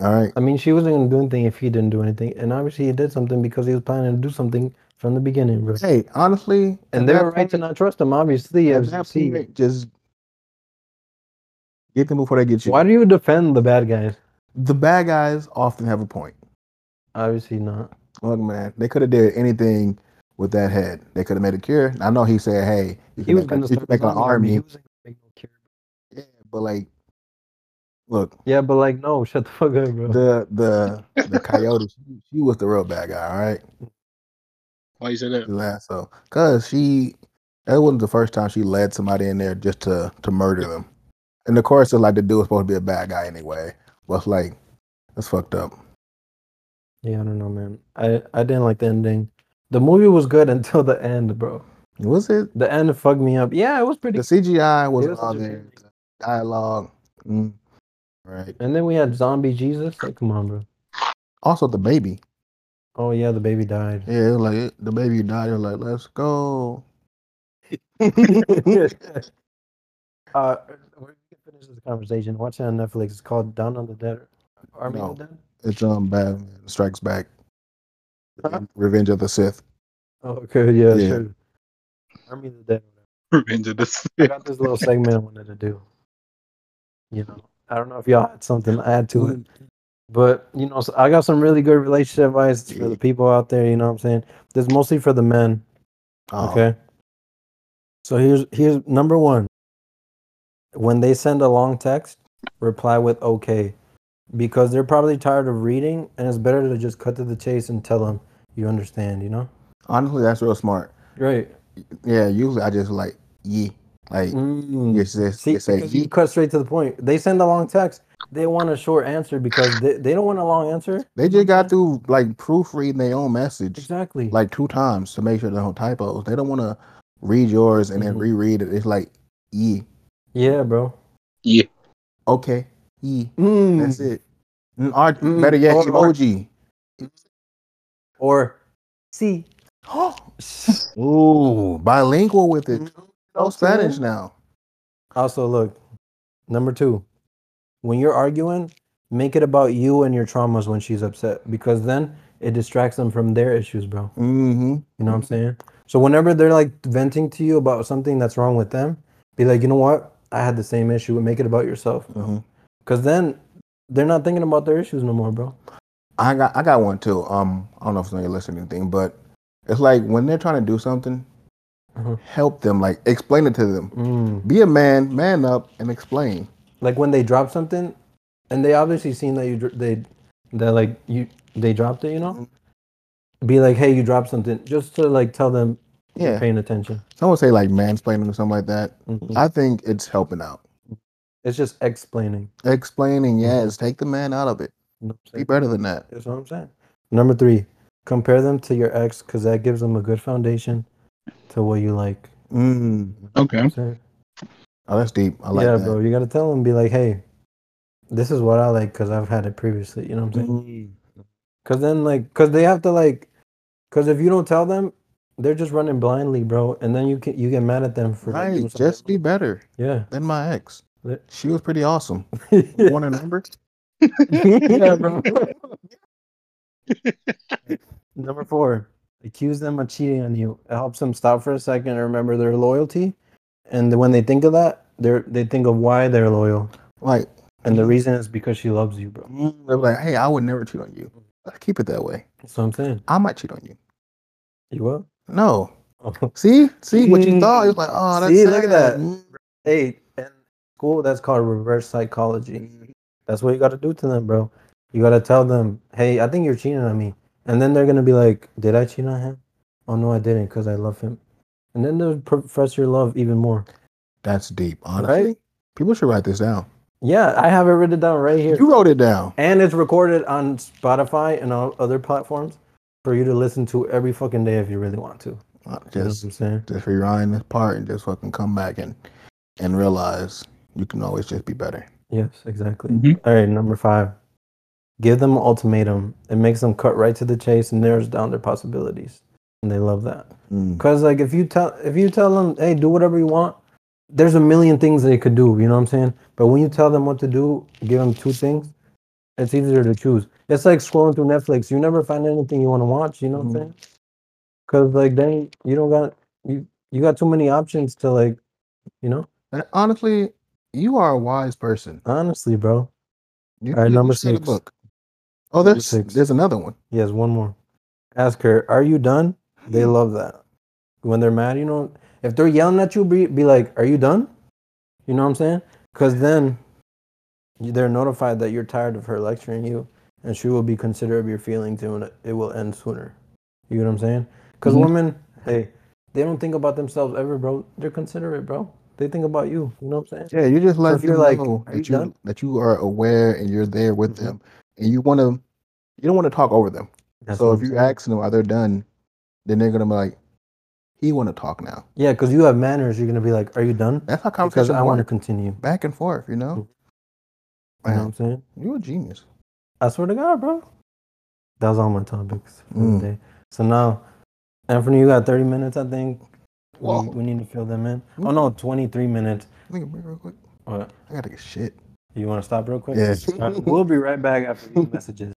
Speaker 2: All right.
Speaker 1: I mean, she wasn't gonna do anything if he didn't do anything, and obviously he did something because he was planning to do something from the beginning, bro.
Speaker 2: Hey, honestly,
Speaker 1: And
Speaker 2: at
Speaker 1: they
Speaker 2: that
Speaker 1: were right to
Speaker 2: point-
Speaker 1: not trust him, obviously.
Speaker 2: at
Speaker 1: as you
Speaker 2: that
Speaker 1: see.
Speaker 2: point, just get them before they get you.
Speaker 1: Why do you defend the bad guys?
Speaker 2: The bad guys often have a point.
Speaker 1: Obviously not.
Speaker 2: Look, man, they could have did anything with that head. They could have made a cure. I know he said, "Hey,
Speaker 1: He
Speaker 2: you can
Speaker 1: was
Speaker 2: make, a-
Speaker 1: gonna
Speaker 2: you can
Speaker 1: start
Speaker 2: make
Speaker 1: his
Speaker 2: an
Speaker 1: own army. He
Speaker 2: army."
Speaker 1: wasn't gonna make no cure.
Speaker 2: Yeah, but like, look,
Speaker 1: Yeah, but like, no, shut the fuck up, bro.
Speaker 2: the the the coyote, she, she was the real bad guy, all right.
Speaker 3: Why you say
Speaker 2: The
Speaker 3: that? <laughs>
Speaker 2: last- So, cause she, that wasn't the first time she led somebody in there just to to murder them. And of course, it's like the dude was supposed to be a bad guy anyway. But it's like, that's fucked up.
Speaker 1: yeah, I don't know, man. I I didn't like the ending. The movie was good <laughs> until the end, bro.
Speaker 2: Was it
Speaker 1: The end fucked me up. Yeah, it was pretty.
Speaker 2: the CGI was
Speaker 1: was
Speaker 2: all there?
Speaker 1: entertaining.
Speaker 2: the Dialogue, mm, right?
Speaker 1: And then we had Zombie Jesus. Like, come on, bro.
Speaker 2: Also, the baby.
Speaker 1: Oh yeah, the baby died.
Speaker 2: Yeah, it was like it- the baby died. It was like, let's go.
Speaker 1: <laughs> uh, we're gonna finish this conversation. Watch it on Netflix. It's called Down on the Dead Army
Speaker 2: No.
Speaker 1: of the Dead.
Speaker 2: It's um Batman Strikes Back,
Speaker 1: Huh?
Speaker 2: Revenge of the Sith.
Speaker 1: Oh, okay, yeah,
Speaker 2: Yeah.
Speaker 1: sure. Army of the Dead.
Speaker 3: Revenge of the Sith.
Speaker 1: I got this little segment I wanted to do. You know, I don't know if y'all had something I had to it, but you know, so I got some really good relationship advice for the people out there. You know what I'm saying? This is mostly for the men.
Speaker 2: Oh,
Speaker 1: Okay. Um, So here's here's number one. When they send a long text, reply with okay, because they're probably tired of reading, and it's better to just cut to the chase and tell them you understand. You know.
Speaker 2: Honestly, that's real smart.
Speaker 1: Right.
Speaker 2: Yeah, usually I just like ye, like you just
Speaker 1: Mm. See,
Speaker 2: you say
Speaker 1: because you
Speaker 2: ye.
Speaker 1: cut straight to the point. They send a long text. They want a short answer because they, they don't want a long answer.
Speaker 2: They just got through like proofreading their own message
Speaker 1: Exactly.
Speaker 2: like two times to make sure there are no typos. They don't want to read yours and then
Speaker 1: Mhm.
Speaker 2: reread it. It's like ye,
Speaker 1: yeah, bro.
Speaker 3: Yeah.
Speaker 2: okay, ye.
Speaker 1: Mm.
Speaker 2: That's it. Mm, Or
Speaker 1: Mm,
Speaker 2: better yet,
Speaker 1: or- or- <gasps>
Speaker 2: emoji.
Speaker 1: Or see.
Speaker 2: Ooh, bilingual with it.
Speaker 1: Mm-hmm.
Speaker 2: No
Speaker 1: Also-
Speaker 2: Spanish now.
Speaker 1: Also, look, number two, when you're arguing, make it about you and your traumas when she's upset because then it distracts them from their issues, bro.
Speaker 2: Mm-hmm.
Speaker 1: You know what I'm saying? So, whenever they're like venting to you about something that's wrong with them, be like, you know what? I had the same issue and make it about yourself.
Speaker 2: Mm-hmm.
Speaker 1: Because then they're not thinking about their issues no more, bro.
Speaker 2: I got I got one too. Um, I don't know if it's on your list or anything, but it's like when they're trying to do something,
Speaker 1: Mhm.
Speaker 2: help them. Like explain it to them.
Speaker 1: Mm.
Speaker 2: Be a man, man up, and explain.
Speaker 1: Like when they drop something, and they obviously seen that you dr- they that like you they dropped it, you know. Be like, hey, you dropped something, just to like tell them you're
Speaker 2: Yeah,
Speaker 1: paying attention.
Speaker 2: someone say like mansplaining or something like that.
Speaker 1: Mhm.
Speaker 2: I think it's helping out.
Speaker 1: It's just explaining.
Speaker 2: Explaining, yes, take the man out of it.
Speaker 1: You know what I'm
Speaker 2: Be
Speaker 1: saying?
Speaker 2: better than that.
Speaker 1: That's what I'm saying. Number three, compare them to your ex because that gives them a good foundation to what you like.
Speaker 2: Mm.
Speaker 1: You
Speaker 3: Okay.
Speaker 1: know what I'm saying?
Speaker 2: Oh, that's deep. I like
Speaker 1: yeah,
Speaker 2: that.
Speaker 1: bro. You gotta tell them, be like, hey, this is what I like because I've had it previously. You know what I'm saying?
Speaker 2: Mm.
Speaker 1: Cause then, like, cause they have to like, cause if you don't tell them, they're just running blindly, bro. And then you can you get mad at them for like,
Speaker 2: Right,
Speaker 1: doing something
Speaker 2: just be better
Speaker 1: <laughs> wrong.
Speaker 2: than my ex.
Speaker 1: Lit-
Speaker 2: She was
Speaker 1: <laughs>
Speaker 2: pretty awesome.
Speaker 1: yeah.
Speaker 2: Want a number?
Speaker 1: yeah, bro. <laughs> Number four, accuse them of cheating on you. It helps them stop for a second and remember their loyalty. And when they think of that, they are they think of why they're loyal,
Speaker 2: Like
Speaker 1: and the reason is because she loves you, bro.
Speaker 2: they're like, hey, I would never cheat on you. Let's keep it that way.
Speaker 1: That's what I'm saying.
Speaker 2: I might cheat on you.
Speaker 1: You what?
Speaker 2: No. See, see what you thought. It was like, oh, that's
Speaker 1: Mm. See, look at
Speaker 2: sad.
Speaker 1: that. <laughs> hey, in school, that's called reverse psychology. That's what you got to do to them, bro. You got to tell them, hey, I think you're cheating on me. And then they're going to be like, did I cheat on him? Oh, no, I didn't because I love him. And then they'll profess your love even more.
Speaker 2: That's deep. Honestly, people should write this down.
Speaker 1: Yeah, I have it written down right here.
Speaker 2: You wrote it down.
Speaker 1: and it's recorded on Spotify and all other platforms for you to listen to every fucking day if you really want to. You
Speaker 2: Uh,
Speaker 1: know what
Speaker 2: Just
Speaker 1: I'm saying?
Speaker 2: just rewind this part and just fucking come back and and realize you can always just be better.
Speaker 1: Yes, exactly.
Speaker 3: Mhm.
Speaker 1: All right, number five. Give them an ultimatum. It makes them cut right to the chase and narrows down their possibilities. And they love that.
Speaker 2: Mm.
Speaker 1: Cause like if you tell if you tell them, hey, do whatever you want, there's a million things they could do, you know what I'm saying? But when you tell them what to do, give them two things, it's easier to choose. It's like scrolling through Netflix. You never find anything you want to watch, you know what I'm
Speaker 2: Mhm.
Speaker 1: saying? Cause like then you don't got you you got too many options to like, you know?
Speaker 2: And honestly, you are a wise person.
Speaker 1: Honestly, bro.
Speaker 2: You,
Speaker 1: All right,
Speaker 2: you
Speaker 1: number
Speaker 2: should
Speaker 1: six.
Speaker 2: Book. Oh, there's
Speaker 1: six.
Speaker 2: there's another one.
Speaker 1: He has one more. Ask her, are you done? They love that. When they're mad, you know, if they're yelling at you, be, be like, are you done? You know what I'm saying? Because then you- they're notified that you're tired of her lecturing you and she will be considerate of your feelings and it- it will end sooner. You know what I'm saying? Because
Speaker 3: Mhm.
Speaker 1: women, hey, they don't think about themselves ever, bro. They're considerate, bro. They think about you. You know what I'm saying?
Speaker 2: Yeah, you just let
Speaker 1: if
Speaker 2: them
Speaker 1: you're like,
Speaker 2: know
Speaker 1: "Are you
Speaker 2: that you
Speaker 1: done?"
Speaker 2: that you are aware and you're there with
Speaker 1: Mhm.
Speaker 2: them, and you want to you don't want to talk over them.
Speaker 1: That's
Speaker 2: so
Speaker 1: what
Speaker 2: if
Speaker 1: I'm
Speaker 2: you
Speaker 1: saying.
Speaker 2: ask them are they done, then they're gonna be like, he want to talk now.
Speaker 1: yeah, because you have manners, you're going to be like, are you done?
Speaker 2: That's how
Speaker 1: Because
Speaker 2: conversation
Speaker 1: I want to
Speaker 2: work
Speaker 1: continue.
Speaker 2: back and forth. You know,
Speaker 1: You know what
Speaker 2: Man,
Speaker 1: I'm saying?
Speaker 2: you're a genius.
Speaker 1: I swear to God, bro. That was all my topics for
Speaker 2: Mm.
Speaker 1: the day. So now, Anthony, you got 30 minutes, I think. We-
Speaker 2: Whoa.
Speaker 1: We, need to fill them in.
Speaker 2: Mm.
Speaker 1: Oh, no, 23 minutes.
Speaker 2: Think of me real quick.
Speaker 1: What?
Speaker 2: I gotta get shit.
Speaker 1: You want to stop real quick?
Speaker 2: Yeah.
Speaker 1: All
Speaker 2: <laughs>
Speaker 1: right, we'll be right back after these messages.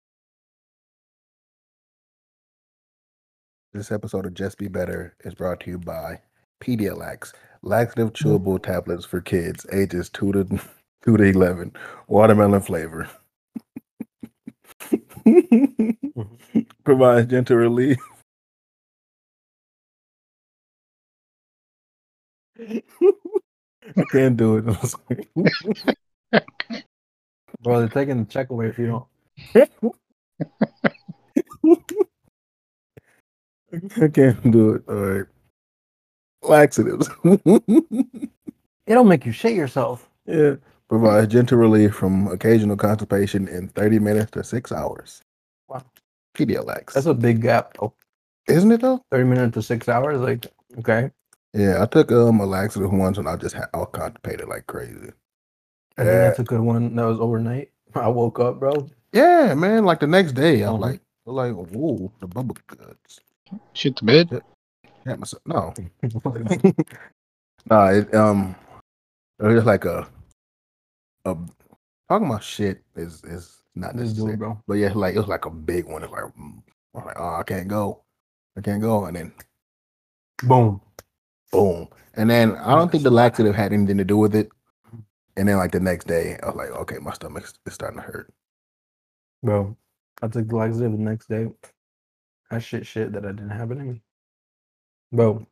Speaker 2: This episode of Just Be Better is brought to you by Pedialax, laxative chewable tablets for kids ages 2 to <laughs> 2 to 11, watermelon flavor. <laughs> Provides gentle relief. <laughs> I can't do it. <laughs> I'm sorry.
Speaker 1: Bro, they're taking the check away if you don't.
Speaker 2: I can't do it. All right. Laxatives. <laughs>
Speaker 1: It'll make you shit yourself.
Speaker 2: yeah. Provides gentle relief from occasional constipation in 30 minutes to 6 hours.
Speaker 1: Wow.
Speaker 2: Pedialax.
Speaker 1: That's a big gap, though.
Speaker 2: Isn't it though?
Speaker 1: 30 minutes to six hours. Like, okay.
Speaker 2: Yeah, I took um a laxative once and I just had I was constipated like crazy.
Speaker 1: I think that's a good one. That was overnight. <laughs> I woke up,
Speaker 2: <laughs>
Speaker 1: bro.
Speaker 2: Yeah, man. Like the next day, I was
Speaker 1: Mhm.
Speaker 2: like, I was like, whoa, the bubble guts.
Speaker 3: Shit to bed.
Speaker 2: Had myself. No, nah. It, um, it was just like a, a talking about shit is is not
Speaker 1: Just do
Speaker 2: necessary.
Speaker 1: it, bro.
Speaker 2: But yeah, like it was like a big one. It's like mm, I was like, oh, I can't go, I can't go, and then
Speaker 1: Boom.
Speaker 2: boom. And then I don't think the laxative had anything to do with it. And then like the next day, I was like, okay, my stomach is starting to hurt.
Speaker 1: Bro, I took the laxative the next day. I shit shit that I didn't have it in me. Bro,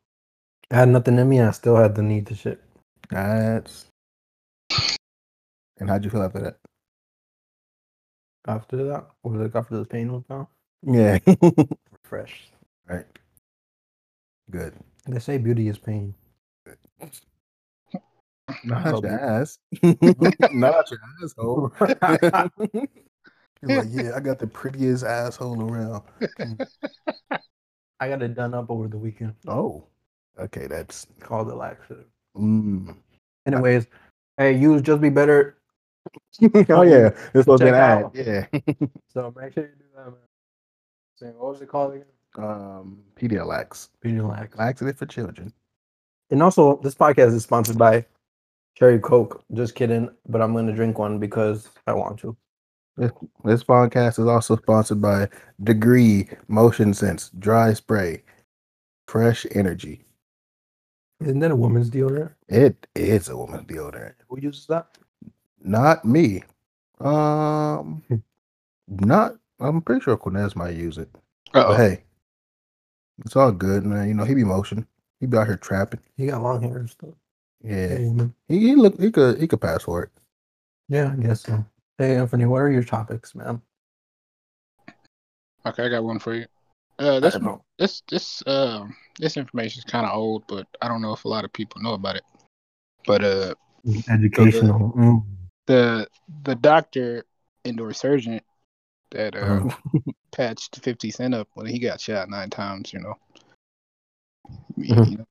Speaker 1: I had nothing in me. I still had the need to shit.
Speaker 2: That's. And how'd you feel after that?
Speaker 1: After that, or like after the pain was gone,
Speaker 2: Yeah.
Speaker 1: fresh.
Speaker 2: right. Good.
Speaker 1: They say beauty is pain.
Speaker 2: Not
Speaker 1: Probably. <laughs>
Speaker 2: your ass. <laughs> Not your asshole. You're like, yeah, I got the prettiest asshole around.
Speaker 1: I got it done up over the weekend.
Speaker 2: Oh. Okay, that's.
Speaker 1: Called it laxative.
Speaker 2: Mm.
Speaker 1: Anyways, hey, you just be better.
Speaker 2: <laughs> Oh, yeah. This was an
Speaker 1: Check
Speaker 2: ad.
Speaker 1: out.
Speaker 2: Yeah.
Speaker 1: So make sure you do that, man. Saying, what was it called again?
Speaker 2: Um, Pedialax.
Speaker 1: Beauty lax.
Speaker 2: Laxative for children.
Speaker 1: And also, this podcast is sponsored by Cherry Coke. Just kidding, but I'm gonna drink one because I want to.
Speaker 2: This, this podcast is also sponsored by Degree Motion Sense Dry Spray Fresh Energy.
Speaker 1: Isn't that a woman's deodorant?
Speaker 2: It is a woman's deodorant.
Speaker 1: Who uses that?
Speaker 2: Not me. <laughs> Um, not. I'm pretty sure Cornez might use it. But
Speaker 3: Uh-oh.
Speaker 2: hey, it's all good, man. You know he be motion. He be out here trapping.
Speaker 1: He got long hair and stuff.
Speaker 2: Yeah,
Speaker 1: Hey, woman.
Speaker 2: he, he look. He could. He could pass for it.
Speaker 1: Yeah, I guess so. Hey, Anthony, what are your topics, man?
Speaker 3: Okay, I got one for you. Uh, this
Speaker 2: I don't-
Speaker 3: this this um this information is kind of old, but I don't know if a lot of people know about it. But uh,
Speaker 1: Educational. Mm.
Speaker 3: the the doctor indoor surgeon that uh,
Speaker 1: Uh-huh.
Speaker 3: patched Fifty Cent up when he got shot nine times. You know, You
Speaker 1: Mhm.
Speaker 3: know,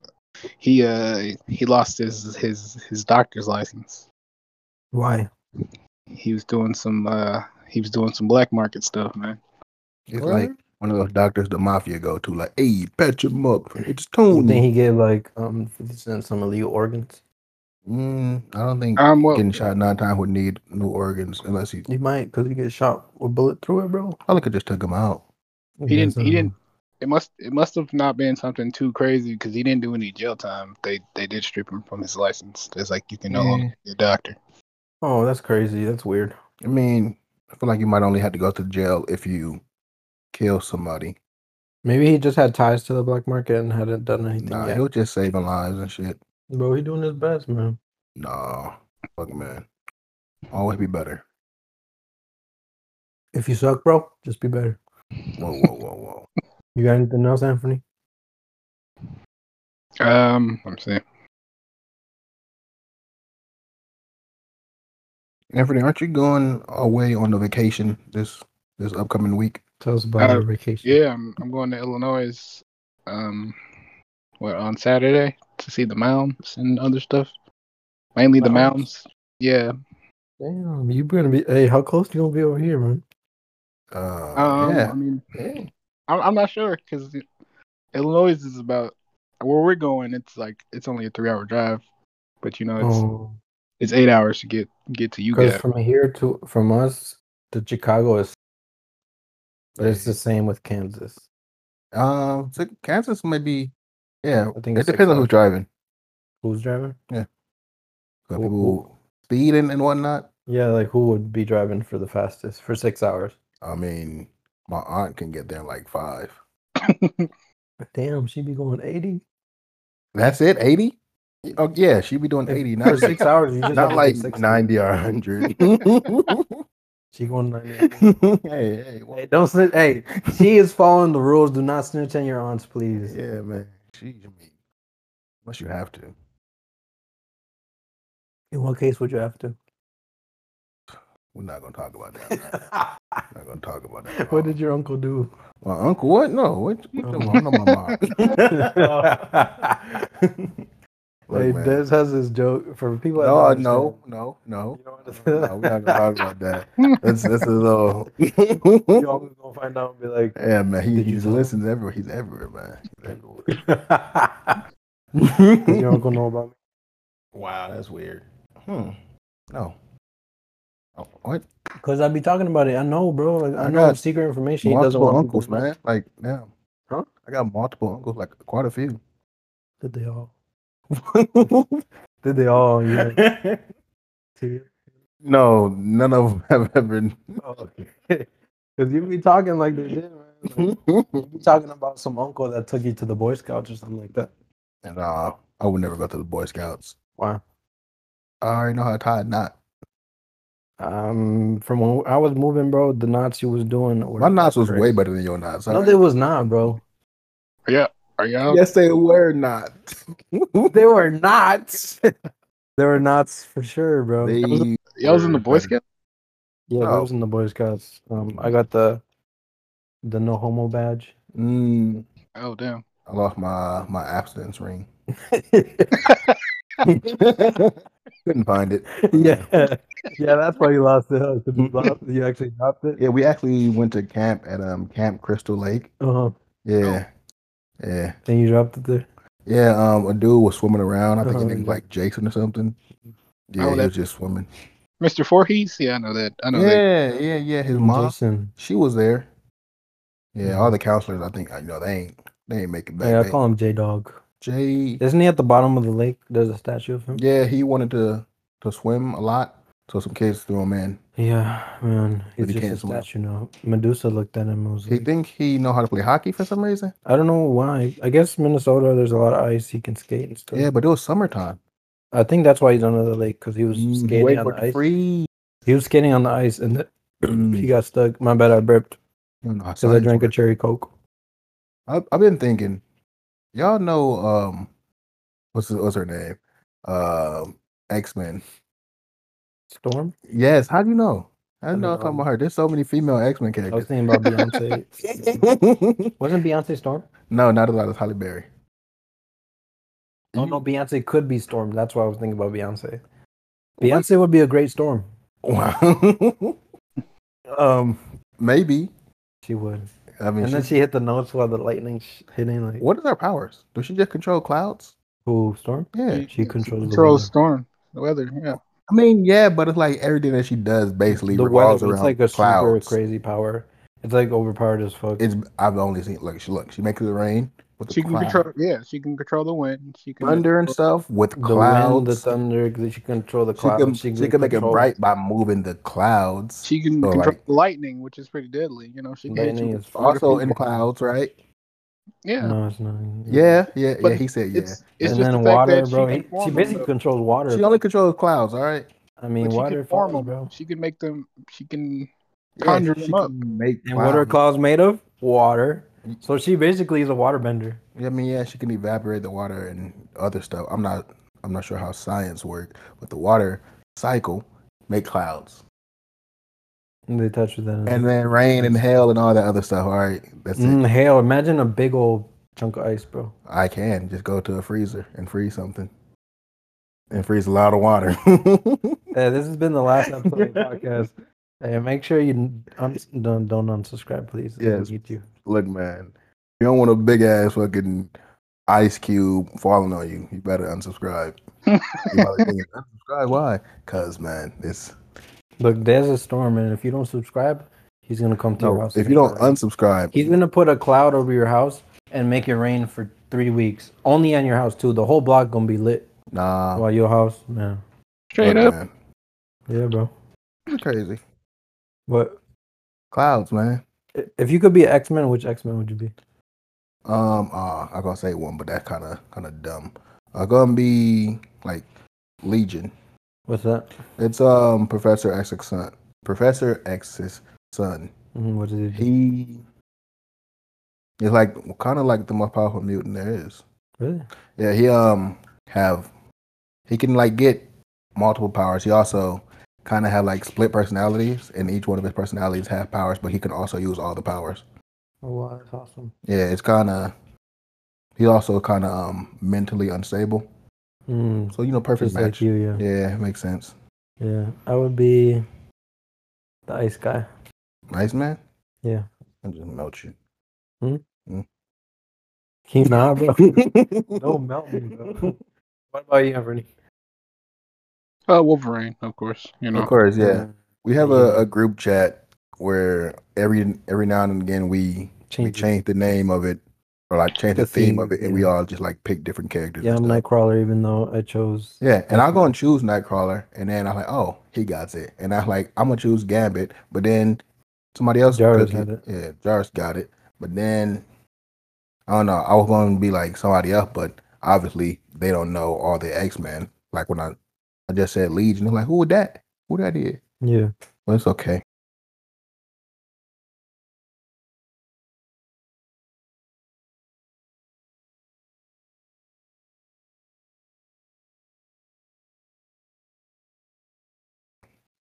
Speaker 3: he uh he lost his his his doctor's license.
Speaker 1: Why?
Speaker 3: He was doing some uh he was doing some black market stuff, man.
Speaker 2: It's
Speaker 1: What?
Speaker 2: like one of those doctors the mafia go to. Like, hey, patch him up. It's
Speaker 1: You think
Speaker 2: Tony.
Speaker 1: he gave like um 50 Cent some illegal organs?
Speaker 2: Mm, I don't think
Speaker 3: Um, well,
Speaker 2: getting shot nine times would need new organs unless he.
Speaker 1: He might, because he get shot with bullet through it, bro.
Speaker 2: Probably could just took him out.
Speaker 1: I
Speaker 3: He
Speaker 1: guess,
Speaker 3: didn't- he
Speaker 1: uh,
Speaker 3: didn't- it must it must have not been something too crazy because he didn't do any jail time. They they did strip him from his license. It's like you can no
Speaker 2: Yeah.
Speaker 3: longer be a doctor.
Speaker 1: Oh, that's crazy. That's weird.
Speaker 2: I mean, I feel like you might only have to go to jail if you kill somebody.
Speaker 1: Maybe he just had ties to the black market and hadn't done anything
Speaker 2: Nah,
Speaker 1: yet.
Speaker 2: he'll just saving lives and shit.
Speaker 1: Bro, he doing his best, man.
Speaker 2: Nah, fuck man, always be better.
Speaker 1: If you suck, bro, just be better.
Speaker 2: Whoa, whoa, whoa, whoa.
Speaker 1: You got anything else, Anthony?
Speaker 3: Um, I'm saying
Speaker 2: Anthony, aren't you going away on a vacation this this upcoming week?
Speaker 1: Tell us about
Speaker 3: Uh,
Speaker 1: your vacation.
Speaker 3: yeah, I'm I'm going to Illinois. Um, what on Saturday to see the mounds and other stuff. Mainly the
Speaker 1: Mounds?
Speaker 3: mounds. Yeah,
Speaker 1: Damn, you gonna be hey, how close you gonna be over here, man?
Speaker 2: Uh,
Speaker 3: Um,
Speaker 2: yeah.
Speaker 3: I mean,
Speaker 2: yeah.
Speaker 3: I'm, I'm not sure because Illinois is about where we're going. It's like it's only a three-hour drive, but you
Speaker 2: Uh,
Speaker 3: know it's
Speaker 1: Oh,
Speaker 3: it's eight hours to get get to you
Speaker 1: because
Speaker 3: guys.
Speaker 1: from here to from us to Chicago is but it's the same with Kansas.
Speaker 2: Um, so Kansas maybe. Yeah,
Speaker 1: I think
Speaker 2: it
Speaker 1: it's six
Speaker 2: depends on who's
Speaker 1: hours.
Speaker 2: driving.
Speaker 1: Who's driving?
Speaker 2: Got
Speaker 1: Who-
Speaker 2: people speeding and whatnot.
Speaker 1: Yeah, like who would be driving for the fastest for six hours?
Speaker 2: I mean, my aunt can get there in like five.
Speaker 1: Damn, she be going eighty.
Speaker 2: That's it, eighty. Oh yeah, she be
Speaker 1: <laughs>
Speaker 2: doing eighty,
Speaker 1: for
Speaker 2: not
Speaker 1: six hours. You just have
Speaker 2: not
Speaker 1: to
Speaker 2: like
Speaker 1: do 60.
Speaker 2: ninety or
Speaker 1: <laughs>
Speaker 2: hundred. <laughs>
Speaker 1: She going ninety.
Speaker 2: hey, hey, well,
Speaker 1: Hey, don't snitch. Hey, she is following the rules. Do not snitch on your aunts, please.
Speaker 2: yeah, man. She, I mean, unless you have to.
Speaker 1: In what case would you have to?
Speaker 2: We're not gonna talk about that. man.
Speaker 1: <laughs>
Speaker 2: We're not gonna talk about that. at all.
Speaker 1: what did your uncle
Speaker 2: <laughs>
Speaker 1: do?
Speaker 2: my uncle? What? No, what? what
Speaker 1: Oh.
Speaker 2: the- I know my
Speaker 1: <laughs>
Speaker 2: mom. Look,
Speaker 1: hey,
Speaker 2: man.
Speaker 1: Des has his joke for people. that
Speaker 2: No,
Speaker 1: don't
Speaker 2: no, no, no.
Speaker 1: understand. You know
Speaker 2: No, we're not gonna talk about that. This, this is
Speaker 1: <laughs> <laughs> you
Speaker 2: <laughs> all.
Speaker 1: always gonna find out and be
Speaker 2: <laughs>
Speaker 1: like,
Speaker 2: yeah, man. He,
Speaker 1: Did
Speaker 2: he
Speaker 1: you
Speaker 2: just
Speaker 1: tell him?
Speaker 2: listens everywhere. He's everywhere, man. He's everywhere.
Speaker 1: <laughs> "Does your uncle know about me?"
Speaker 2: Wow, that's weird. Hmm. No. Oh, what?
Speaker 1: Because I be talking about it. I know, bro. Like I,
Speaker 2: I
Speaker 1: know
Speaker 2: got
Speaker 1: secret information. He doesn't
Speaker 2: multiple
Speaker 1: want
Speaker 2: uncles,
Speaker 1: people to know.
Speaker 2: man. Like, yeah.
Speaker 1: Huh?
Speaker 2: I got multiple uncles, like quite a few.
Speaker 1: Did they all? <laughs> Did they all? Yeah.
Speaker 2: <laughs>
Speaker 1: See?
Speaker 2: no, none of them <laughs> have ever.
Speaker 1: <laughs> Because Oh, you be talking like they did, man. Like, you be talking about some uncle that took you to the Boy Scouts or something like that.
Speaker 2: and uh, I would never go to the Boy Scouts.
Speaker 1: Wow.
Speaker 2: I already know how to tie a knot.
Speaker 1: Um, from when I was moving, bro, the knots you was doing. were
Speaker 2: My knots was
Speaker 1: crazy.
Speaker 2: way better than your knots.
Speaker 1: No,
Speaker 2: alright?
Speaker 1: they was not, <laughs> bro.
Speaker 3: yeah, are y'all?
Speaker 2: yes, they were not.
Speaker 1: They were <laughs> knots. they were knots for sure, bro.
Speaker 2: They,
Speaker 3: Y'all was in the
Speaker 2: were
Speaker 3: Boy
Speaker 2: better.
Speaker 3: Scout?
Speaker 1: Yeah, I
Speaker 2: Oh.
Speaker 1: was in the Boy Scouts. Um, I got the the no homo badge.
Speaker 2: Mm,
Speaker 3: Oh damn.
Speaker 2: I lost my my abstinence ring. Couldn't find it.
Speaker 1: <laughs> yeah, yeah, that's why you lost it. huh? 'Cause <laughs> You, lost, you actually dropped it.
Speaker 2: Yeah, we actually went to camp at um Camp Crystal Lake.
Speaker 1: Uh-huh.
Speaker 2: Yeah,
Speaker 3: Oh.
Speaker 2: yeah,
Speaker 1: Then you dropped it there.
Speaker 2: yeah. Um, a dude was swimming around. I think
Speaker 1: Uh-huh,
Speaker 2: his name was
Speaker 1: yeah.
Speaker 2: like Jason or something. Yeah,
Speaker 3: Oh,
Speaker 2: he
Speaker 3: that-
Speaker 2: was just swimming.
Speaker 3: Mr. Voorhees? Yeah, I know that. I know
Speaker 2: Yeah,
Speaker 3: that.
Speaker 2: yeah, yeah. His mom,
Speaker 1: Jason.
Speaker 2: she was there. Yeah, all
Speaker 3: Mm-hmm.
Speaker 2: the counselors, I think, uh, you know, they ain't they ain't making back.
Speaker 1: Yeah, I
Speaker 2: They-
Speaker 1: call him J Dog.
Speaker 2: Jay.
Speaker 1: Isn't he at the bottom of the lake? There's a statue of him.
Speaker 2: Yeah, he wanted to to swim a lot, so some kids threw him in.
Speaker 1: Yeah, man. He's
Speaker 2: But he
Speaker 1: just a
Speaker 2: can't swim.
Speaker 1: statue now. Medusa looked at him and was
Speaker 2: He
Speaker 3: Mm-hmm.
Speaker 1: like,
Speaker 2: think he know how to play hockey for some reason.
Speaker 1: I don't know why. I guess Minnesota, there's a lot of ice. He can skate and stuff.
Speaker 2: Yeah, but it was summertime.
Speaker 1: I think that's why he's under the lake because he was
Speaker 2: Mm,
Speaker 1: skating
Speaker 2: wait
Speaker 1: on
Speaker 2: for
Speaker 1: the ice. <clears throat>
Speaker 2: free.
Speaker 1: He was skating on the ice and the, he got stuck. My bad, I burped
Speaker 2: Oh,
Speaker 1: because I drank a cherry coke.
Speaker 2: I, I've been thinking, y'all know, um, what's what's her name? Um, X Men.
Speaker 1: Storm.
Speaker 2: Yes. How do you know? I
Speaker 1: don't
Speaker 2: know. I'm talking
Speaker 1: know.
Speaker 2: about her. There's so many female X Men
Speaker 1: I was
Speaker 2: characters.
Speaker 1: thinking about Beyonce.
Speaker 2: <laughs>
Speaker 1: <laughs> Wasn't Beyonce Storm?
Speaker 2: no, not a lot of Holly Berry.
Speaker 1: Oh
Speaker 2: You-
Speaker 1: no, Beyonce could be Storm. That's why I was thinking about Beyonce. Beyonce would be a great
Speaker 2: <laughs>
Speaker 1: Storm.
Speaker 2: Wow. um, maybe.
Speaker 1: She would.
Speaker 2: I mean,
Speaker 1: And then
Speaker 2: she-
Speaker 1: she hit the notes while the lightning's hitting. Like
Speaker 2: what is her powers? Does she just control clouds?
Speaker 1: Who Storm?
Speaker 2: Yeah.
Speaker 1: She controls the
Speaker 3: controls
Speaker 1: weather.
Speaker 3: storm, the weather. Yeah,
Speaker 2: I mean, yeah, but it's like everything that she does basically
Speaker 1: The
Speaker 2: revolves
Speaker 1: weather. It's
Speaker 2: around
Speaker 1: like a
Speaker 2: clouds.
Speaker 1: super crazy power. It's like overpowered as fuck.
Speaker 2: It's I've only seen like she look she makes it rain with the
Speaker 3: she can
Speaker 2: clouds.
Speaker 3: control. Yeah, she can control the wind. She can
Speaker 2: thunder and stuff with
Speaker 1: the
Speaker 2: clouds.
Speaker 1: wind, the thunder. that She can control the
Speaker 2: she can,
Speaker 1: clouds.
Speaker 2: she can make it
Speaker 1: control
Speaker 2: bright by moving the clouds.
Speaker 3: She can
Speaker 2: So,
Speaker 3: control
Speaker 2: like-
Speaker 3: lightning, which is pretty deadly. You know, she can hit you
Speaker 1: lightning
Speaker 3: with
Speaker 1: is fuck.
Speaker 2: also in
Speaker 3: people.
Speaker 2: clouds, right?
Speaker 3: Yeah,
Speaker 1: No, it's not.
Speaker 2: Yeah, yeah, yeah.
Speaker 3: But
Speaker 2: He said yeah.
Speaker 3: it's it's
Speaker 1: and
Speaker 3: just
Speaker 1: then
Speaker 3: the fact
Speaker 1: water,
Speaker 3: that she
Speaker 1: bro.
Speaker 3: can
Speaker 1: He- She,
Speaker 3: form them,
Speaker 1: basically
Speaker 3: though.
Speaker 1: controls water.
Speaker 2: She only controls clouds, all right.
Speaker 1: I
Speaker 3: But
Speaker 1: mean,
Speaker 3: she
Speaker 1: water
Speaker 3: can form
Speaker 1: falls,
Speaker 3: them.
Speaker 1: bro.
Speaker 3: She can make them. She can
Speaker 2: Yeah,
Speaker 3: conjure
Speaker 2: she
Speaker 3: them up.
Speaker 2: can Make
Speaker 1: And what are
Speaker 2: clouds.
Speaker 1: clouds made of? Water. So she basically is a waterbender.
Speaker 2: I mean, yeah, she can evaporate the water and other stuff. I'm not I'm not sure how science works, but the water cycle make clouds.
Speaker 1: And they touch with that.
Speaker 2: And then rain and hail and all that other stuff. All right. That's it.
Speaker 1: Mm, hail. Imagine a big old chunk of ice, bro.
Speaker 2: I can just go to a freezer and freeze something. And freeze a lot of water. <laughs>
Speaker 1: Yeah, Uh, this has been the <laughs> last episode of the podcast. Hey, make sure you n- uns- don't don't unsubscribe, please. It will
Speaker 2: Yes.
Speaker 1: Get you.
Speaker 2: Look, man, you don't want a big ass fucking ice cube falling on you. You better unsubscribe. You probably thinking,
Speaker 3: <laughs>
Speaker 2: unsubscribe? Why? Cause man, it's
Speaker 1: Look, there's a storm, and if you don't subscribe, he's gonna come to your
Speaker 2: no.
Speaker 1: house.
Speaker 2: If
Speaker 1: and
Speaker 2: you
Speaker 1: make
Speaker 2: don't
Speaker 1: it rain.
Speaker 2: unsubscribe,
Speaker 1: he's gonna put a cloud over your house and make it rain for three weeks, only on your house too. The whole block gonna be lit
Speaker 2: nah.
Speaker 1: while your house, man.
Speaker 3: Straight
Speaker 2: look,
Speaker 3: up.
Speaker 2: man,
Speaker 1: Yeah, bro.
Speaker 2: it's crazy
Speaker 1: But
Speaker 2: clouds, man.
Speaker 1: i- if you could be X Men, which X Men would you be?
Speaker 2: Um, uh, I'm gonna say one, but that's kind of kind of dumb. I'm gonna be like Legion.
Speaker 1: What's that?
Speaker 2: It's um Professor X's son. Professor X's son.
Speaker 1: Mhm, What did he do?
Speaker 2: He is like kind of like the most powerful mutant there is.
Speaker 1: Really?
Speaker 2: Yeah, he um have he can like get multiple powers. He also kind of have like split personalities, and each one of his personalities have powers, but he can also use all the powers.
Speaker 1: Oh, wow, that's awesome.
Speaker 2: Yeah, it's kind of he's also kind of um mentally unstable.
Speaker 1: Mm,
Speaker 2: So you know, perfect
Speaker 1: just like
Speaker 2: match.
Speaker 1: you, yeah.
Speaker 2: yeah, makes sense.
Speaker 1: Yeah, I would be the ice guy.
Speaker 2: Nice man.
Speaker 1: Yeah.
Speaker 2: I just melt you.
Speaker 1: Can you not, <laughs> bro? Don't melt me, bro. <laughs> What about you, Anthony?
Speaker 3: Uh, Wolverine, of course. You know,
Speaker 2: <laughs> Of course, yeah. We have a, a group chat where every every now and again we we
Speaker 1: Change it.
Speaker 2: change the name of it or like change the,
Speaker 1: The
Speaker 2: theme,
Speaker 1: theme,
Speaker 2: of it, and we
Speaker 1: yeah.
Speaker 2: all just like pick different characters.
Speaker 1: Yeah,
Speaker 2: and
Speaker 1: I'm
Speaker 2: stuff.
Speaker 1: Nightcrawler, even though I chose.
Speaker 2: yeah, and I go and choose Nightcrawler, and then I'm like, oh, he got it, and I'm like, I'm gonna choose Gambit, but then somebody else
Speaker 1: Jarvis
Speaker 2: took
Speaker 1: had it.
Speaker 2: Yeah, Jarvis got it, but then I don't know. I was going to be like somebody else, but obviously they don't know all the X Men. Like when I I just said Legion, they're like, who would that? Who that is?
Speaker 1: Yeah.
Speaker 2: Well, it's okay.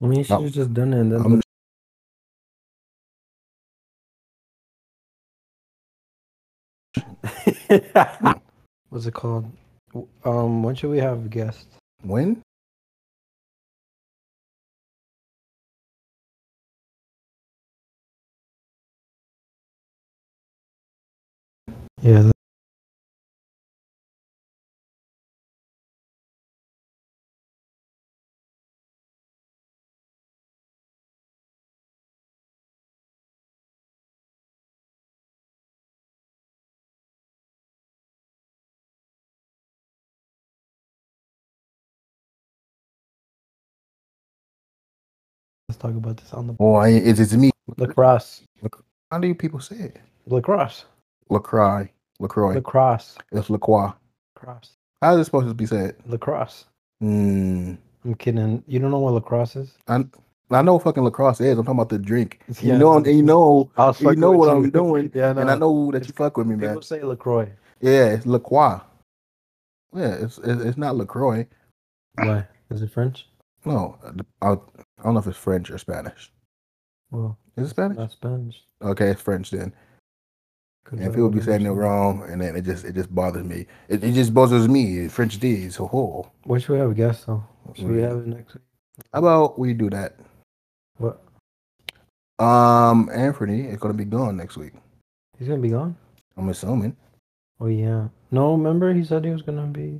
Speaker 1: I mean, you should have just done it. And then
Speaker 2: I'm-
Speaker 1: the- <laughs> What's it called? W- Um, when should we have guests?
Speaker 2: When?
Speaker 1: Yeah. that- let's talk about this on the
Speaker 2: Well, I, it's, it's me.
Speaker 1: lacrosse.
Speaker 2: How do you people say it?
Speaker 1: Lacrosse.
Speaker 2: Lacroix. Lacroix.
Speaker 1: Lacrosse.
Speaker 2: it's Lacroix.
Speaker 1: Lacrosse.
Speaker 2: How is it supposed to be said?
Speaker 1: Lacrosse.
Speaker 2: Hmm.
Speaker 1: I'm kidding. You don't know what lacrosse is?
Speaker 2: I, I know what fucking lacrosse is. I'm talking about the drink.
Speaker 1: Yeah.
Speaker 2: You know, and you know,
Speaker 1: I'll
Speaker 2: you know what I'm doing.
Speaker 1: Yeah,
Speaker 2: <laughs> And I know
Speaker 1: uh,
Speaker 2: that you
Speaker 1: It's-
Speaker 2: fuck with me,
Speaker 1: People
Speaker 2: man.
Speaker 1: say Lacroix.
Speaker 2: Yeah, it's Lacroix. Yeah, it's it's it's not Lacroix.
Speaker 1: Why? Is it French?
Speaker 2: No, I, I don't know if it's French or Spanish.
Speaker 1: Well,
Speaker 2: Is it Spanish?
Speaker 1: not Spanish.
Speaker 2: Okay, it's French then.
Speaker 1: Could
Speaker 2: And
Speaker 1: I
Speaker 2: people be
Speaker 1: wouldn't
Speaker 2: saying it
Speaker 1: understand.
Speaker 2: wrong, and then it just it just bothers me. It, it just bothers me. French D's. Ho ho.
Speaker 1: What should we have a guest though? Should we
Speaker 2: Yeah.
Speaker 1: have it next week?
Speaker 2: How about we do that?
Speaker 1: What?
Speaker 2: Um, Anthony is gonna be gone next week.
Speaker 1: He's gonna be gone?
Speaker 2: I'm assuming.
Speaker 1: Oh yeah. No, remember he said he was gonna be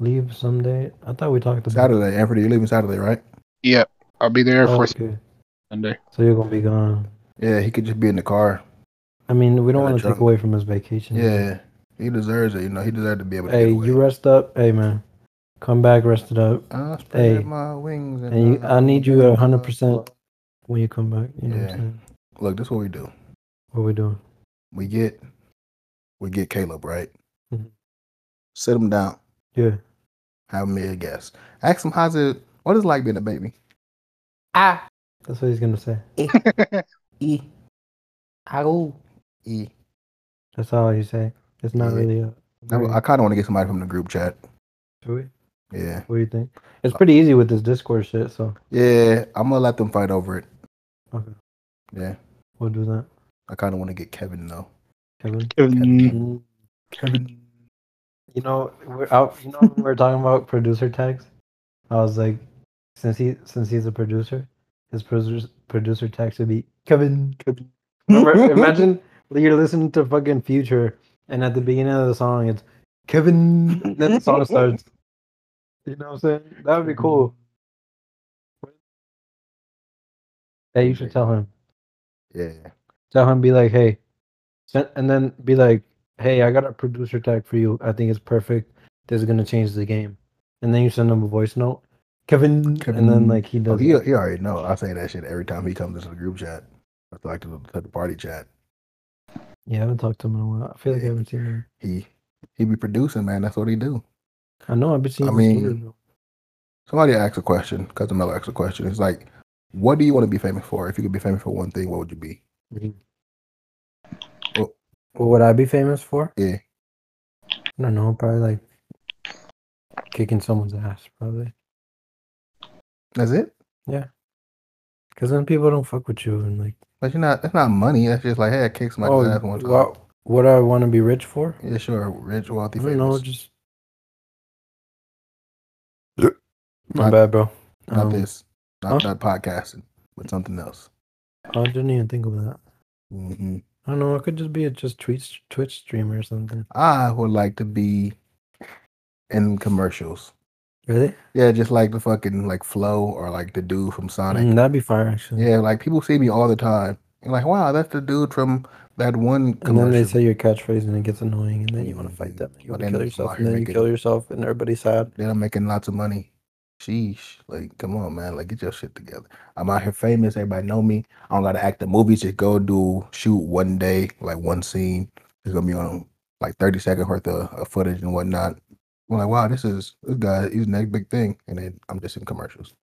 Speaker 1: leave someday. I thought we talked about
Speaker 2: Saturday, Anthony, you're leaving Saturday, right?
Speaker 3: Yep. I'll be there
Speaker 1: Oh,
Speaker 3: for
Speaker 1: okay. <laughs>
Speaker 3: Sunday.
Speaker 1: So you're gonna be gone.
Speaker 2: Yeah, he could just be in the car.
Speaker 1: I mean, we don't
Speaker 2: Yeah,
Speaker 1: want to
Speaker 2: drunk.
Speaker 1: take away from his vacation.
Speaker 2: Yeah, he deserves it. You know, he deserves to be able to.
Speaker 1: Hey,
Speaker 2: get away.
Speaker 1: you rest up. Hey man, come back rested up
Speaker 2: I spread
Speaker 1: hey,
Speaker 2: my wings.
Speaker 1: and you- I need you at 100%. when you come back. You know what
Speaker 2: Yeah.
Speaker 1: I'm saying?
Speaker 2: Look, this is what we do.
Speaker 1: What we doing?
Speaker 2: We get, we get Caleb right.
Speaker 1: Mhm.
Speaker 2: Sit him down.
Speaker 1: Yeah.
Speaker 2: Have me a guest. Ask him how's it. What is it like being a baby?
Speaker 4: Ah,
Speaker 1: That's what he's gonna say.
Speaker 4: e. Haru.
Speaker 2: E.
Speaker 1: That's all you say. It's not
Speaker 2: Yeah.
Speaker 1: really a.
Speaker 2: I,
Speaker 1: very-
Speaker 2: kind of want to get somebody from the group chat.
Speaker 1: Should we?
Speaker 2: Yeah,
Speaker 1: What do you think? It's pretty easy with this Discord shit, so
Speaker 2: yeah. I'm gonna let them fight over it.
Speaker 1: Okay.
Speaker 2: Yeah,
Speaker 1: we'll do that.
Speaker 2: I kind of want to get Kevin though.
Speaker 1: Kevin.
Speaker 2: Mm.
Speaker 1: Mm.
Speaker 3: Kevin.
Speaker 2: Kevin.
Speaker 1: You know, we're out. You know, when we we're talking about producer tags. I was like, since he since he's a producer, his producer producer tag should be Kevin. Kevin. Remember, imagine <laughs> you're listening to fucking Future, and at the beginning of the song, it's Kevin. and Then the song starts. You know what I'm saying? That would be cool. Mm-hmm. Hey, you should tell him.
Speaker 2: Yeah.
Speaker 1: tell him be like hey sen- and then be like hey i got a producer tag for you i think it's perfect this is going to change the game and then you send him a voice note kevin, and then
Speaker 2: Kevin.
Speaker 1: like he
Speaker 2: Oh,
Speaker 1: does
Speaker 2: he,
Speaker 1: it.
Speaker 2: he already know. I say that shit every time he comes into the group chat. I like to the, to the party chat.
Speaker 1: yeah i haven't talked to him in a while i feel like i haven't seen him
Speaker 2: He he be producing, man. That's what he do.
Speaker 1: i know i've been seeing
Speaker 2: I
Speaker 1: his
Speaker 2: mean-
Speaker 1: story, bro.
Speaker 2: Somebody asked a question. Cousin Miller asked a question. It's like, what do you want to be famous for? If you could be famous for one thing, what would you be?
Speaker 1: what would i be famous for
Speaker 2: Yeah.
Speaker 1: i don't know probably like kicking someone's ass probably
Speaker 2: That's it.
Speaker 1: because then people don't fuck with you and like oh,
Speaker 2: But you're not. That's not money. That's just like, hey, I kicked somebody's ass one time.
Speaker 1: what, what do i want to be rich for
Speaker 2: yeah, sure. Rich, wealthy,
Speaker 1: I
Speaker 2: famous.
Speaker 1: don't know, just.
Speaker 2: Yeah.
Speaker 1: My
Speaker 2: Not-
Speaker 1: bad, bro.
Speaker 2: not
Speaker 1: Um,
Speaker 2: this. Not
Speaker 1: huh?
Speaker 2: not podcasting, but something else.
Speaker 1: I didn't even think of that.
Speaker 2: hmm
Speaker 1: I don't know. It could just be a just Twitch Twitch streamer or something.
Speaker 2: I would like to be in commercials.
Speaker 1: Really?
Speaker 2: Yeah, just like the fucking like Flow or like the dude from Sonic.
Speaker 1: Mm, that'd be fire, actually.
Speaker 2: Yeah, like people see me all the time. And like, wow, that's the dude from that one
Speaker 1: And
Speaker 2: commercial.
Speaker 1: then they say your catchphrase and it gets annoying, and then you want to fight them. You
Speaker 2: But
Speaker 1: want to
Speaker 2: then
Speaker 1: kill
Speaker 2: it's
Speaker 1: yourself,
Speaker 2: like
Speaker 1: and Mm, then you
Speaker 2: making-
Speaker 1: kill yourself, and everybody's sad.
Speaker 2: then I'm making lots of money. Sheesh. Like, come on, man. Like, get your shit together. I'm out here famous. Everybody know me. I don't gotta act in movies. Just go do shoot one day, like one scene. It's gonna be on like 30 second worth of, of footage and whatnot. I'm like, wow, this is this guy. He's the next big thing. And then I'm just in commercials.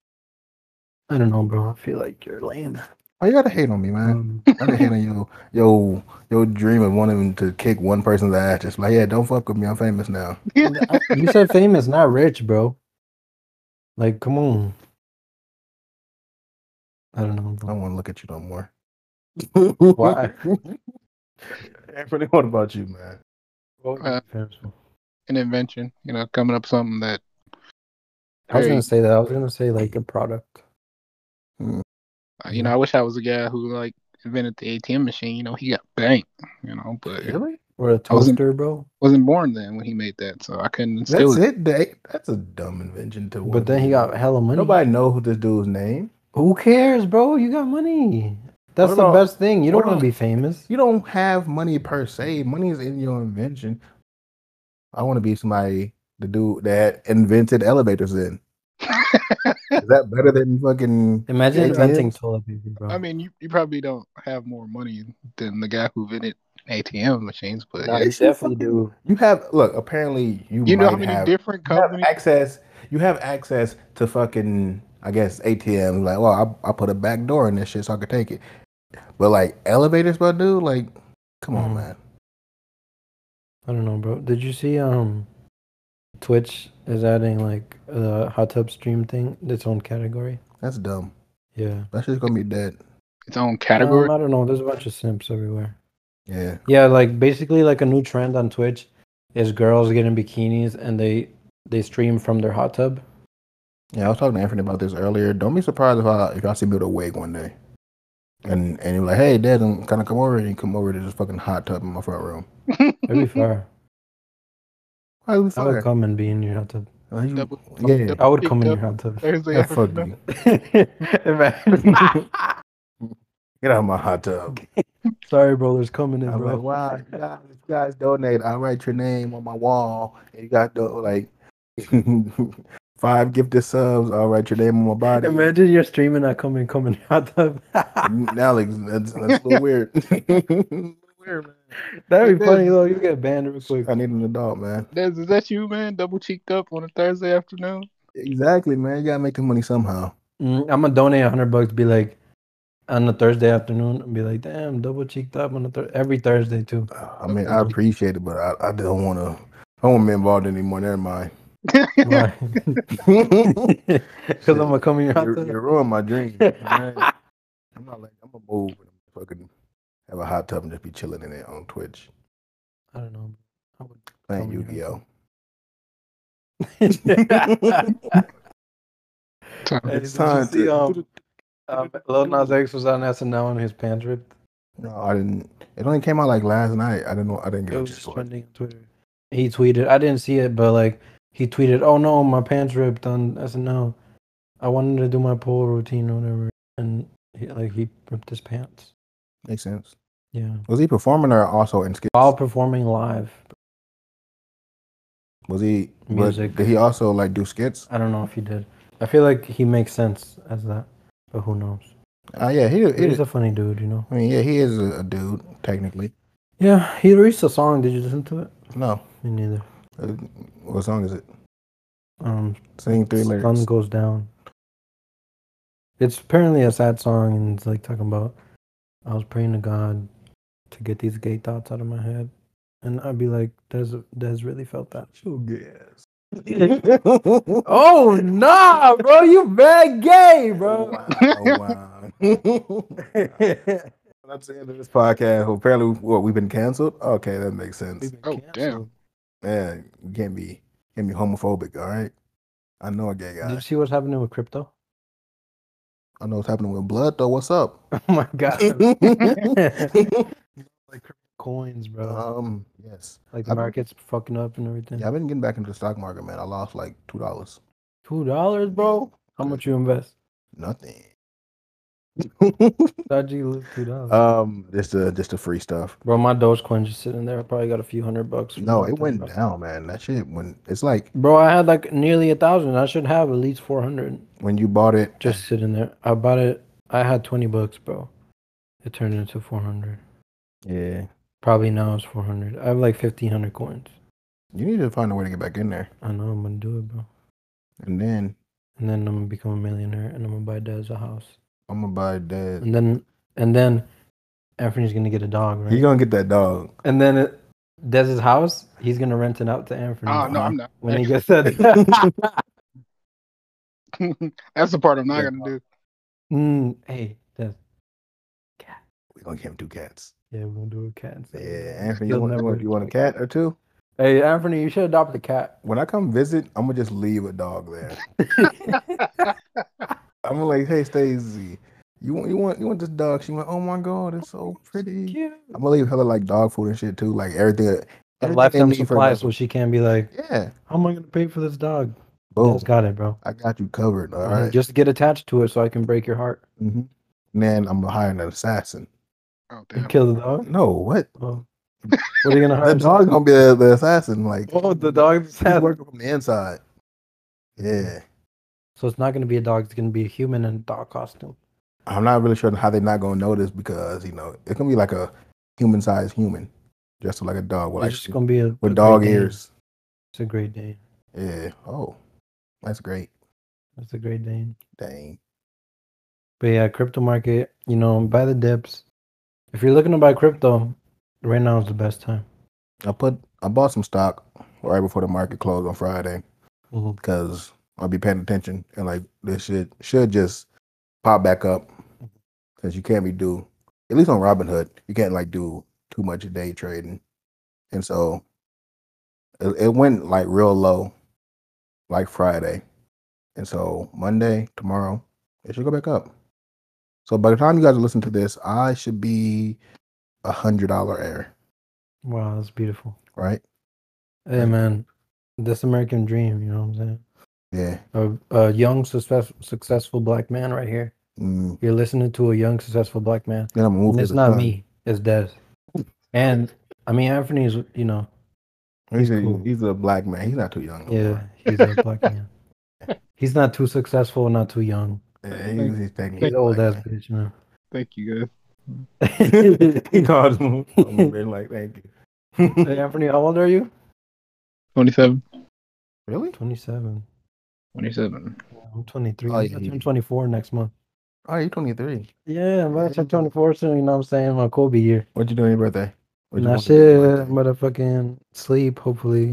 Speaker 1: I don't know, bro. I feel like you're <laughs> lame.
Speaker 2: Why you gotta hate on me, man?
Speaker 1: Um,
Speaker 2: I didn't hate on yo, yo, your dream of wanting to kick one person's ass. Just like, yeah, don't fuck with me. I'm famous now.
Speaker 1: I- uh, you said famous, not rich, bro. Like, come on. I don't know.
Speaker 2: I
Speaker 1: Bro.
Speaker 2: don't want to look at you no more.
Speaker 1: <laughs> Why?
Speaker 2: Anthony, what about you, man?
Speaker 1: What would you be famous for?
Speaker 3: <laughs> An invention, you know, coming up something that
Speaker 1: I was
Speaker 3: Hey,
Speaker 1: gonna say that. I was gonna say like a product.
Speaker 3: you know, I wish I was a guy who like invented the ATM machine, you know, he got banked, you know, but
Speaker 2: Really?
Speaker 1: Or a
Speaker 3: I wasn't-
Speaker 1: toaster, bro.
Speaker 3: wasn't born then when he made that, so I couldn't instill
Speaker 2: That's
Speaker 3: it.
Speaker 2: it. That, that's a dumb invention to.
Speaker 1: But then he got hella money.
Speaker 2: Nobody know who this dude's name.
Speaker 1: Who cares, bro? You got money. That's
Speaker 2: What
Speaker 1: the
Speaker 2: about-
Speaker 1: best thing. You
Speaker 2: what
Speaker 1: don't want
Speaker 2: about-
Speaker 1: to be famous.
Speaker 2: You don't have money per se. Money is in your invention.
Speaker 1: <laughs>
Speaker 2: I want to be somebody, the dude that invented elevators. In Is that better than fucking?
Speaker 1: Imagine
Speaker 2: Yeah, it
Speaker 1: inventing
Speaker 2: is.
Speaker 1: toilet paper, bro.
Speaker 3: I mean, you, you probably don't have more money than the guy who invented ATM machines, but
Speaker 1: Nah,
Speaker 2: Yeah,
Speaker 1: you
Speaker 2: she
Speaker 1: definitely
Speaker 2: fucking-
Speaker 1: do.
Speaker 2: You have look. Apparently, you
Speaker 3: you know how
Speaker 2: might
Speaker 3: many
Speaker 2: have,
Speaker 3: different
Speaker 2: you have
Speaker 3: companies.
Speaker 2: access. You have access to fucking. I guess ATM. Like, well, I, I put a back door in this shit so I could take it. But like elevators, my dude. Like, come on,
Speaker 3: Mm.
Speaker 1: Mhm.
Speaker 2: man.
Speaker 1: I don't know, bro. Did you see um, Twitch is adding like a hot tub stream thing, its own category.
Speaker 2: That's dumb.
Speaker 1: Yeah.
Speaker 2: That shit's gonna be dead.
Speaker 3: Its own
Speaker 1: Um,
Speaker 3: category.
Speaker 1: I don't know. There's a bunch of simps everywhere.
Speaker 2: Yeah.
Speaker 1: Yeah, like basically like a new trend on Twitch is girls get in bikinis and they they stream from their hot tub.
Speaker 2: Yeah, I was talking to Anthony about this earlier. Don't be surprised if I if y'all see me with a wig one day, and and you're like, hey, Dad, I'm kind of come over and you come over to this fucking hot tub in my front room.
Speaker 3: <laughs>
Speaker 1: That'd be fire.
Speaker 2: I would
Speaker 1: I would come and be in your hot tub.
Speaker 3: Double-
Speaker 2: yeah,
Speaker 1: I would come in your hot tub.
Speaker 3: Thursday
Speaker 2: yeah, <laughs> fuck
Speaker 3: afternoon.
Speaker 2: you. <laughs>
Speaker 1: Imagine- <laughs>
Speaker 2: Get out of my hot tub.
Speaker 1: Sorry, bro. There's coming in,
Speaker 2: I'm
Speaker 1: bro.
Speaker 2: like, wow, you guys, you guys donate. I write your name on my wall. And you got the like <laughs> five gifted subs. I'll write your name on my body.
Speaker 1: Imagine you're streaming. I come in, come in your hot tub. <laughs>
Speaker 2: Alex, Mm, that's, that's a
Speaker 3: <laughs>
Speaker 2: little weird.
Speaker 3: Weird, man.
Speaker 1: That'd be
Speaker 3: It is.
Speaker 1: funny though. You get banned real quick.
Speaker 2: I need an adult, man.
Speaker 3: Des, is that you, man? Double cheeked up on a Thursday afternoon? <laughs>
Speaker 2: Exactly, man. You gotta make the money somehow.
Speaker 1: Mm, I'm gonna donate hundred bucks. Be like, on a Thursday afternoon, and be like, damn, double cheeked up on a thir- every Thursday
Speaker 2: <laughs>
Speaker 1: too.
Speaker 2: I mean, I appreciate it, but I, I don't want to. I won't be involved anymore. Never
Speaker 3: <laughs>
Speaker 2: mind. <laughs>
Speaker 1: Because <laughs>
Speaker 2: you,
Speaker 1: I'm gonna come in your hot
Speaker 2: you
Speaker 1: tub.
Speaker 2: ruined my dream.
Speaker 3: <laughs>
Speaker 2: man. I'm not like I'm gonna move and fucking have a hot tub and just be chilling in it on Twitch
Speaker 1: I don't know. I would-
Speaker 2: playing
Speaker 1: Tell me how
Speaker 2: Yu Gi Oh.
Speaker 1: <laughs> Hey, did
Speaker 2: It's
Speaker 1: you
Speaker 2: time
Speaker 1: see,
Speaker 2: to-
Speaker 1: um, um, Lil Nas X was on SNL and his pants ripped.
Speaker 2: No, I didn't. It only came out like last night. I didn't. know- I didn't
Speaker 1: It
Speaker 2: get a
Speaker 1: was
Speaker 2: chance to watch it.
Speaker 1: trending on Twitter. He tweeted. I didn't see it, but like he tweeted, "Oh no, my pants ripped on SNL. I wanted to do my pole routine or whatever, and he, like he ripped his pants.
Speaker 2: Makes sense.
Speaker 1: Yeah,
Speaker 2: Was he performing or also in skits?
Speaker 1: while performing live.
Speaker 2: Was he?
Speaker 1: Music.
Speaker 2: But did he also like do skits?
Speaker 1: I don't know if he did. I feel like he makes sense as that, but who knows?
Speaker 2: Uh, yeah, he. he
Speaker 1: He's a funny dude, you know.
Speaker 2: I mean, yeah, he is a, a dude technically.
Speaker 1: Yeah, he released a song. Did you listen to it?
Speaker 2: No,
Speaker 1: Me neither.
Speaker 2: Uh, what song is it?
Speaker 1: Um,
Speaker 2: Sing three lyrics.
Speaker 1: sun goes down. It's apparently a sad song, and it's like talking about I was praying to God to get these gay thoughts out of my head, and I'd be like, "There's, there's really felt that." <laughs>
Speaker 2: <laughs>
Speaker 1: oh nah, bro, you bad gay,
Speaker 2: Wow, wow. That's the end of this podcast. Apparently, what we've been canceled. Okay, that makes sense.
Speaker 3: Oh, damn.
Speaker 2: Yeah, you can't be can't be homophobic. All right. I know a gay
Speaker 1: Did you
Speaker 2: guy.
Speaker 1: see what's happening with crypto? <laughs>
Speaker 2: I know what's happening with blood though. What's up?
Speaker 1: <laughs>
Speaker 2: <laughs>
Speaker 1: Oh my god,
Speaker 2: um.
Speaker 1: like coins, bro.
Speaker 2: Yes.
Speaker 1: like the
Speaker 2: I've-
Speaker 1: market's fucking up and everything.
Speaker 2: Yeah, I've been getting back into the stock market, man. I lost like two dollars.
Speaker 1: Two dollars, bro. How much you invest?
Speaker 2: Nothing. <laughs>
Speaker 1: How'd you lose two dollars?
Speaker 2: um. Just the just the free stuff.
Speaker 1: Bro, my Dogecoin just sitting there. I probably got a few hundred bucks. from
Speaker 2: No,
Speaker 1: that
Speaker 2: it went
Speaker 1: time.
Speaker 2: down, man. That shit when it's like
Speaker 1: Bro, I had like nearly a thousand. I should have at least four hundred
Speaker 2: when you bought it.
Speaker 1: just sitting there. I bought it. I had twenty bucks, bro. It turned into four hundred.
Speaker 2: Yeah.
Speaker 1: Probably now it's four hundred. I have like fifteen hundred coins.
Speaker 2: You need to find a way to get back in there,
Speaker 1: I know I'm gonna do it, bro.
Speaker 2: and then
Speaker 1: And then I'm gonna become a millionaire, and I'm gonna buy Dez a house,
Speaker 2: I'm gonna buy that.
Speaker 1: and then and then Anthony's gonna get a dog, right?
Speaker 2: You gonna get that dog?
Speaker 1: And then it, Dez's house, he's gonna rent it out to Anthony.
Speaker 3: Oh, no, I'm not.
Speaker 1: when he gets that.
Speaker 2: <laughs>
Speaker 1: <laughs>
Speaker 3: <laughs> That's the part I'm not
Speaker 2: Yeah.
Speaker 3: going to do.
Speaker 1: Mm, hey, that's
Speaker 2: We gonna give him two cats.
Speaker 1: yeah, we're gonna do a cat.
Speaker 2: Yeah,
Speaker 1: instead.
Speaker 2: Anthony, you
Speaker 1: He'll
Speaker 2: want,
Speaker 1: never-
Speaker 2: you want a cat or two?
Speaker 1: Hey, Anthony, you should adopt a cat.
Speaker 2: When I come visit, I'm gonna just leave a
Speaker 1: <laughs>
Speaker 2: dog there. I'm gonna like, hey Stacey, you want you want you want this dog? She went, oh my god, it's so pretty.
Speaker 1: Cute.
Speaker 2: I'm gonna leave hella like dog food and shit too, like everything.
Speaker 1: I
Speaker 2: everything
Speaker 1: left
Speaker 2: they
Speaker 1: them
Speaker 2: need for
Speaker 1: supplies so
Speaker 2: them.
Speaker 1: she can be like,
Speaker 2: Yeah,
Speaker 1: how am I gonna pay for this dog?
Speaker 2: boom.
Speaker 1: Dez got Mm-hmm. it, bro.
Speaker 2: I got you covered. All
Speaker 1: And
Speaker 2: right.
Speaker 1: Just get attached to it so I can break your heart
Speaker 2: Mhm. Then I'm gonna hire an assassin.
Speaker 3: Oh,
Speaker 1: and
Speaker 3: damn.
Speaker 1: kill the
Speaker 2: <laughs>
Speaker 1: dog.
Speaker 2: No, what?
Speaker 1: Oh. what are you gonna
Speaker 2: The
Speaker 1: hire?
Speaker 2: dog gonna be the, the assassin. Like,
Speaker 1: <laughs> Oh, the dog's
Speaker 2: he's
Speaker 1: sad.
Speaker 2: working from the inside. Yeah.
Speaker 1: So it's not going to be a dog. It's going to be a human in a dog costume.
Speaker 2: I'm not really sure how they're not gonna notice because you know it's gonna be like a human-sized human, dressed up like a dog with
Speaker 1: It's just
Speaker 2: like
Speaker 1: going to be a a
Speaker 2: with
Speaker 1: Great
Speaker 2: dog
Speaker 1: Dane.
Speaker 2: ears.
Speaker 1: It's a great Dane.
Speaker 2: Yeah. Oh, that's great.
Speaker 1: It's a great Dane.
Speaker 2: Dang.
Speaker 1: But yeah, crypto market. You know, buy the dips. If you're looking to buy crypto, right now is the best time.
Speaker 2: I put I bought some stock right before the market closed on Friday because I'll be paying attention and like this shit should just pop back up because you can't be do at least on Robinhood you can't like do too much day trading and so it, it went like real low like Friday and so Monday tomorrow it should go back up so by the time you guys listen to this I should be a hundred dollar air
Speaker 1: Wow, that's beautiful.
Speaker 2: right
Speaker 1: Hey man, this American dream. You know what I'm
Speaker 2: yeah
Speaker 1: saying? A, a young, success, successful black man right here.
Speaker 2: mm.
Speaker 1: You're listening to a young, successful black man.
Speaker 2: then I'm
Speaker 1: And
Speaker 2: moving
Speaker 1: it's not me. It's Des. And I mean, Anthony's. You know,
Speaker 2: He's a,
Speaker 1: Cool.
Speaker 2: he's a black man. He's not too young. no
Speaker 1: yeah,
Speaker 2: more.
Speaker 1: he's a black <laughs> man. He's not too successful, not too young.
Speaker 2: Yeah, he's, he's technically
Speaker 1: He's
Speaker 2: a
Speaker 1: old
Speaker 2: black
Speaker 1: ass bitch, <laughs> man.
Speaker 3: Thank you, guys.
Speaker 2: man. he calls him. <laughs> I'm been like, thank you.
Speaker 1: <laughs> Hey, Anthony, how old are you?
Speaker 3: 27.
Speaker 2: really?
Speaker 1: 27.
Speaker 3: 27.
Speaker 1: I'm 23.
Speaker 2: Oh,
Speaker 1: I'm
Speaker 2: yeah,
Speaker 1: about to
Speaker 2: yeah,
Speaker 1: turn
Speaker 2: yeah.
Speaker 1: 24 next month.
Speaker 2: Oh, you're 23.
Speaker 1: Yeah, I'm about to turn 24 soon. You know what I'm saying? My Kobe year.
Speaker 2: What you doing your birthday? What
Speaker 1: And
Speaker 2: you
Speaker 1: that
Speaker 2: want to do
Speaker 1: shit,
Speaker 2: your birthday?
Speaker 1: I'm about to fucking sleep, hopefully.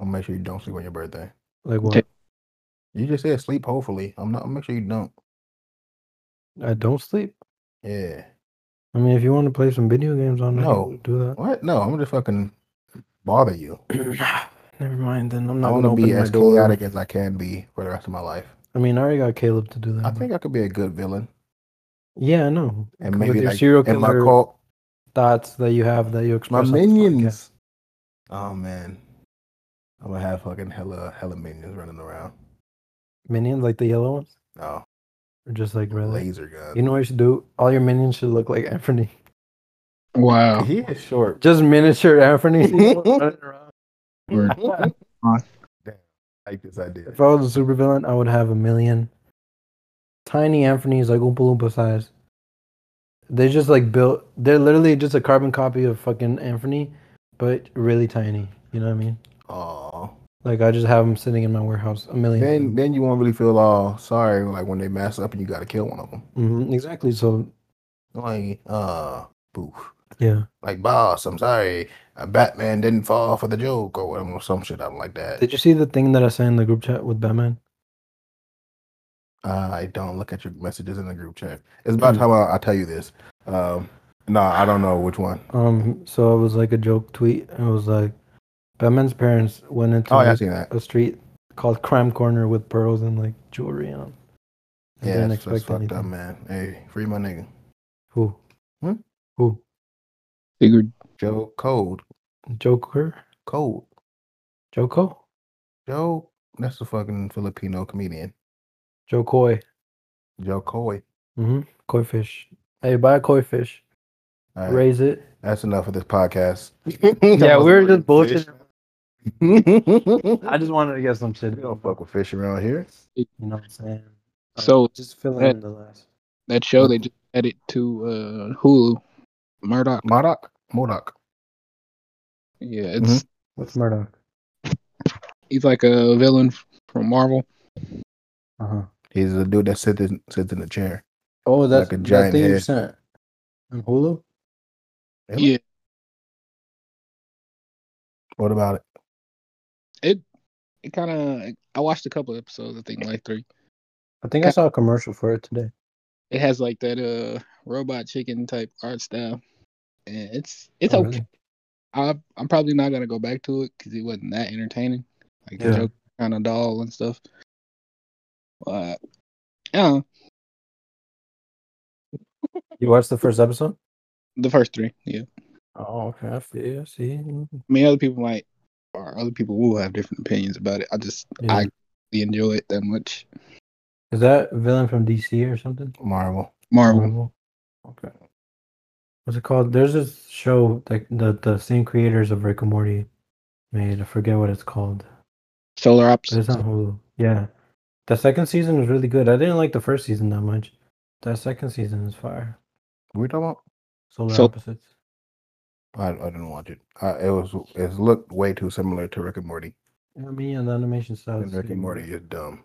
Speaker 2: I'm gonna make sure you don't sleep on your birthday.
Speaker 1: Like
Speaker 3: Ta-
Speaker 1: what?
Speaker 2: You just said sleep. Hopefully, I'm not. I'm make sure you don't.
Speaker 1: I don't sleep.
Speaker 2: Yeah.
Speaker 1: I mean, if you want to play some video games on night,
Speaker 2: No.
Speaker 1: do that.
Speaker 2: What? No, I'm just fucking bother you.
Speaker 1: <clears throat> Never mind. Then I'm
Speaker 2: I
Speaker 1: not
Speaker 2: want
Speaker 1: gonna
Speaker 2: to
Speaker 1: open
Speaker 2: be
Speaker 1: my
Speaker 2: as
Speaker 1: door.
Speaker 2: chaotic as I can be for the rest of my life.
Speaker 1: I mean, I already got Caleb to do that.
Speaker 2: I think I could be a good villain,
Speaker 1: Yeah, I know.
Speaker 2: and
Speaker 1: With
Speaker 2: maybe
Speaker 1: your
Speaker 2: like
Speaker 1: serial
Speaker 2: in my
Speaker 1: killer
Speaker 2: cult,
Speaker 1: thoughts that you have that you
Speaker 2: My
Speaker 1: express. on this podcast.
Speaker 2: minions. Oh man, I'm gonna have fucking hella hella minions running around.
Speaker 1: Minions, like the yellow ones,
Speaker 2: Oh,
Speaker 1: or just like really.
Speaker 2: laser gun.
Speaker 1: You know what you should do? All your minions should look like Anthony. <laughs>
Speaker 3: Wow.
Speaker 2: he is short.
Speaker 1: Just miniature Anthony.
Speaker 2: <laughs>
Speaker 1: <laughs> running around.
Speaker 3: Word.
Speaker 2: I like this idea.
Speaker 1: If I was a supervillain, I would have a million tiny Anthony's, like Oompa Loompa size. They're just like built. They're literally just a carbon copy of fucking Anthony, but really tiny. You know what I mean?
Speaker 2: Oh,
Speaker 1: Like I just have them sitting in my warehouse, a million. of
Speaker 2: then then you won't really feel all sorry like when they mess up and you gotta kill one of them.
Speaker 1: hmm Exactly. So
Speaker 2: Like uh, boof.
Speaker 1: yeah,
Speaker 2: Like boss, I'm sorry. A Batman didn't fall for the joke or whatever, some shit out like that.
Speaker 1: did you see the thing that I sent in the group chat with Batman?
Speaker 2: I don't look at your messages in the group chat. It's
Speaker 1: Mm.
Speaker 2: about time I, I tell you this. Um, no, I don't know which one.
Speaker 1: Um, so it was like a joke tweet. It was like Batman's parents went into
Speaker 2: Oh, yeah, I
Speaker 1: like,
Speaker 2: seen that.
Speaker 1: a street called Crime Corner with pearls and like jewelry on. And
Speaker 2: Yeah,
Speaker 1: didn't
Speaker 2: that's, that's
Speaker 1: expect
Speaker 2: fucked up,
Speaker 1: anything.
Speaker 2: man. Hey, free my nigga.
Speaker 1: Who?
Speaker 2: Hmm?
Speaker 1: Who?
Speaker 3: Figured.
Speaker 2: Joe Cold.
Speaker 1: Joker?
Speaker 2: Cold.
Speaker 1: Joko?
Speaker 2: Joe, that's a fucking Filipino comedian.
Speaker 1: Joe Koi.
Speaker 2: Joe Coy.
Speaker 1: Mm-hmm. Koi fish. Hey, buy a koi fish.
Speaker 2: All right,
Speaker 1: Raise it.
Speaker 2: That's enough of this podcast.
Speaker 1: <laughs> Yeah, we were just
Speaker 2: Fish.
Speaker 1: bullshitting. <laughs>
Speaker 2: we
Speaker 1: I just wanted to get some shit. You
Speaker 2: don't fuck with fish around here.
Speaker 1: know what I'm saying? Uh,
Speaker 3: So
Speaker 1: just fill
Speaker 3: that-
Speaker 1: in the last.
Speaker 3: that show they just added to uh, Hulu, Murdoch.
Speaker 2: Modoc? Modoc.
Speaker 3: Yeah, it's
Speaker 1: What's Murdoch?
Speaker 3: he's like a villain from Marvel.
Speaker 1: Uh huh.
Speaker 2: He's the dude that sits in, sits in the chair.
Speaker 1: Oh, that's
Speaker 2: Like
Speaker 1: that
Speaker 2: a giant
Speaker 1: thing you
Speaker 2: head.
Speaker 1: sent. On Hulu?
Speaker 2: Really?
Speaker 3: Yeah,
Speaker 2: What about it?
Speaker 3: it kind of. I watched a couple episodes. I think like three.
Speaker 1: I think I saw a commercial for it today.
Speaker 3: It has like that uh robot chicken type art style, and it's it's
Speaker 1: Oh,
Speaker 3: okay.
Speaker 1: really?
Speaker 3: I I'm probably not gonna go back to it because it wasn't that entertaining. Like the
Speaker 1: Yeah.
Speaker 3: joke kind of dull and stuff. But yeah,
Speaker 1: You watched the first episode?
Speaker 3: the first three. Yeah,
Speaker 1: Oh, okay. I feel. I See?
Speaker 3: I mean other people might or other people will have different opinions about it. I just
Speaker 1: Yeah.
Speaker 3: I really enjoy it that much.
Speaker 1: Is that a villain from DC or something?
Speaker 2: Marvel.
Speaker 3: Marvel.
Speaker 1: Marvel. Okay. What's it called? There's this show that the, the same creators of Rick and Morty made. I forget what it's called.
Speaker 3: Solar Ops.
Speaker 1: But it's on Hulu. Yeah. The second season was really good. I didn't like the first season that much. That second season is fire.
Speaker 2: What we talking about?
Speaker 1: Solar
Speaker 3: So-
Speaker 1: opposites.
Speaker 2: I, I didn't watch it. Uh, it was it looked way too similar to Rick and Morty,
Speaker 1: I mean, and the animation style.
Speaker 2: and
Speaker 1: is
Speaker 2: Rick and
Speaker 1: good.
Speaker 2: Morty is dumb.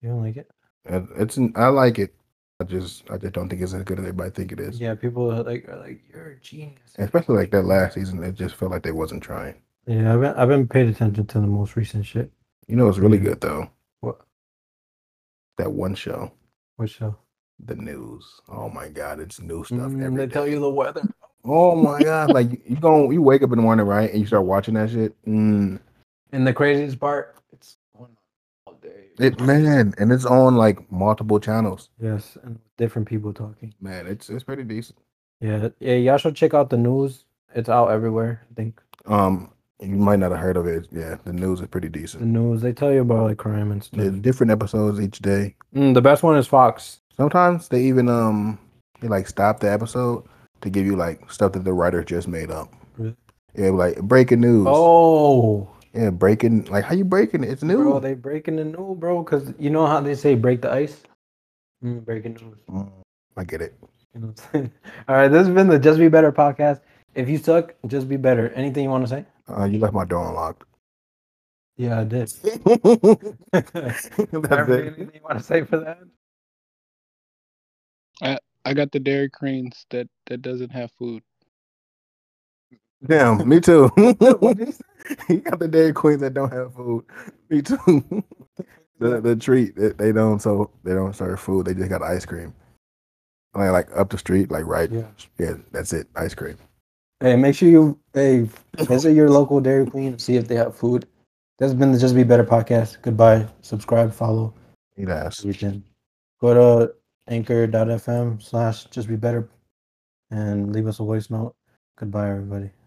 Speaker 1: You don't like it?
Speaker 2: It- It's an- I like it. I just I just don't think it's as good as everybody think it is.
Speaker 1: Yeah, people are like are like you're a genius.
Speaker 2: Especially like that last season, it just felt like they wasn't trying.
Speaker 1: Yeah, I've been, I've been paid attention to the most recent shit.
Speaker 2: You know, it's really
Speaker 1: Yeah.
Speaker 2: good though.
Speaker 1: What
Speaker 2: That one show,
Speaker 1: what show?
Speaker 2: the news. Oh my god, it's new stuff.
Speaker 1: uh, Mm,
Speaker 2: every
Speaker 1: they
Speaker 2: day.
Speaker 1: tell you the weather.
Speaker 2: Oh
Speaker 1: <laughs>
Speaker 2: my god! Like you going, you wake up in the morning, right, and you start watching that shit. Mm,
Speaker 1: And the craziest part, it's on all day.
Speaker 2: it man, and it's on like multiple channels.
Speaker 1: yes, and different people talking.
Speaker 2: Man, it's it's pretty decent.
Speaker 1: Yeah, yeah. Y'all should check out the news. It's out everywhere. I think
Speaker 2: Um, you might not have heard of it. Yeah, the news is pretty
Speaker 1: the
Speaker 2: decent.
Speaker 1: news they tell you about like crime and stuff.
Speaker 2: There's different episodes each day.
Speaker 1: Mm, the best one is Fox.
Speaker 2: Sometimes they even um they like stop the episode to give you like stuff that the writer just made up.
Speaker 1: Really?
Speaker 2: Yeah, like breaking news.
Speaker 1: Oh,
Speaker 2: Yeah, breaking. Like how you breaking it? It's new.
Speaker 1: bro, they breaking the news, bro. Cause you know how they say break the ice. Mm, breaking news.
Speaker 2: Mm, I get it.
Speaker 1: You know what I'm saying? <laughs> All right, this has been the Just Be Better podcast. If you suck, just be better. Anything you want to say?
Speaker 2: Uh, you left my door
Speaker 1: <laughs>
Speaker 2: unlocked. <laughs>
Speaker 1: Yeah, I did.
Speaker 2: That's it.
Speaker 1: Anything you want to say for that?
Speaker 3: I got the Dairy Cranes that that doesn't have food.
Speaker 2: Damn,
Speaker 1: <laughs>
Speaker 2: me too. <laughs> you got the Dairy Queens that don't have food. Me too. <laughs> the the treat that they don't so they don't serve food. They just got ice cream. Like like up the street, like right.
Speaker 1: Yeah.
Speaker 2: Yeah, that's it. Ice cream.
Speaker 1: Hey, make sure you hey visit your local Dairy Queen and see if they have food. That's been the Just Be Better podcast. Goodbye. Subscribe, follow,
Speaker 2: Eat ass.
Speaker 1: everything. Go to anchor.fm slash just be better and leave us a voice note. Goodbye, everybody.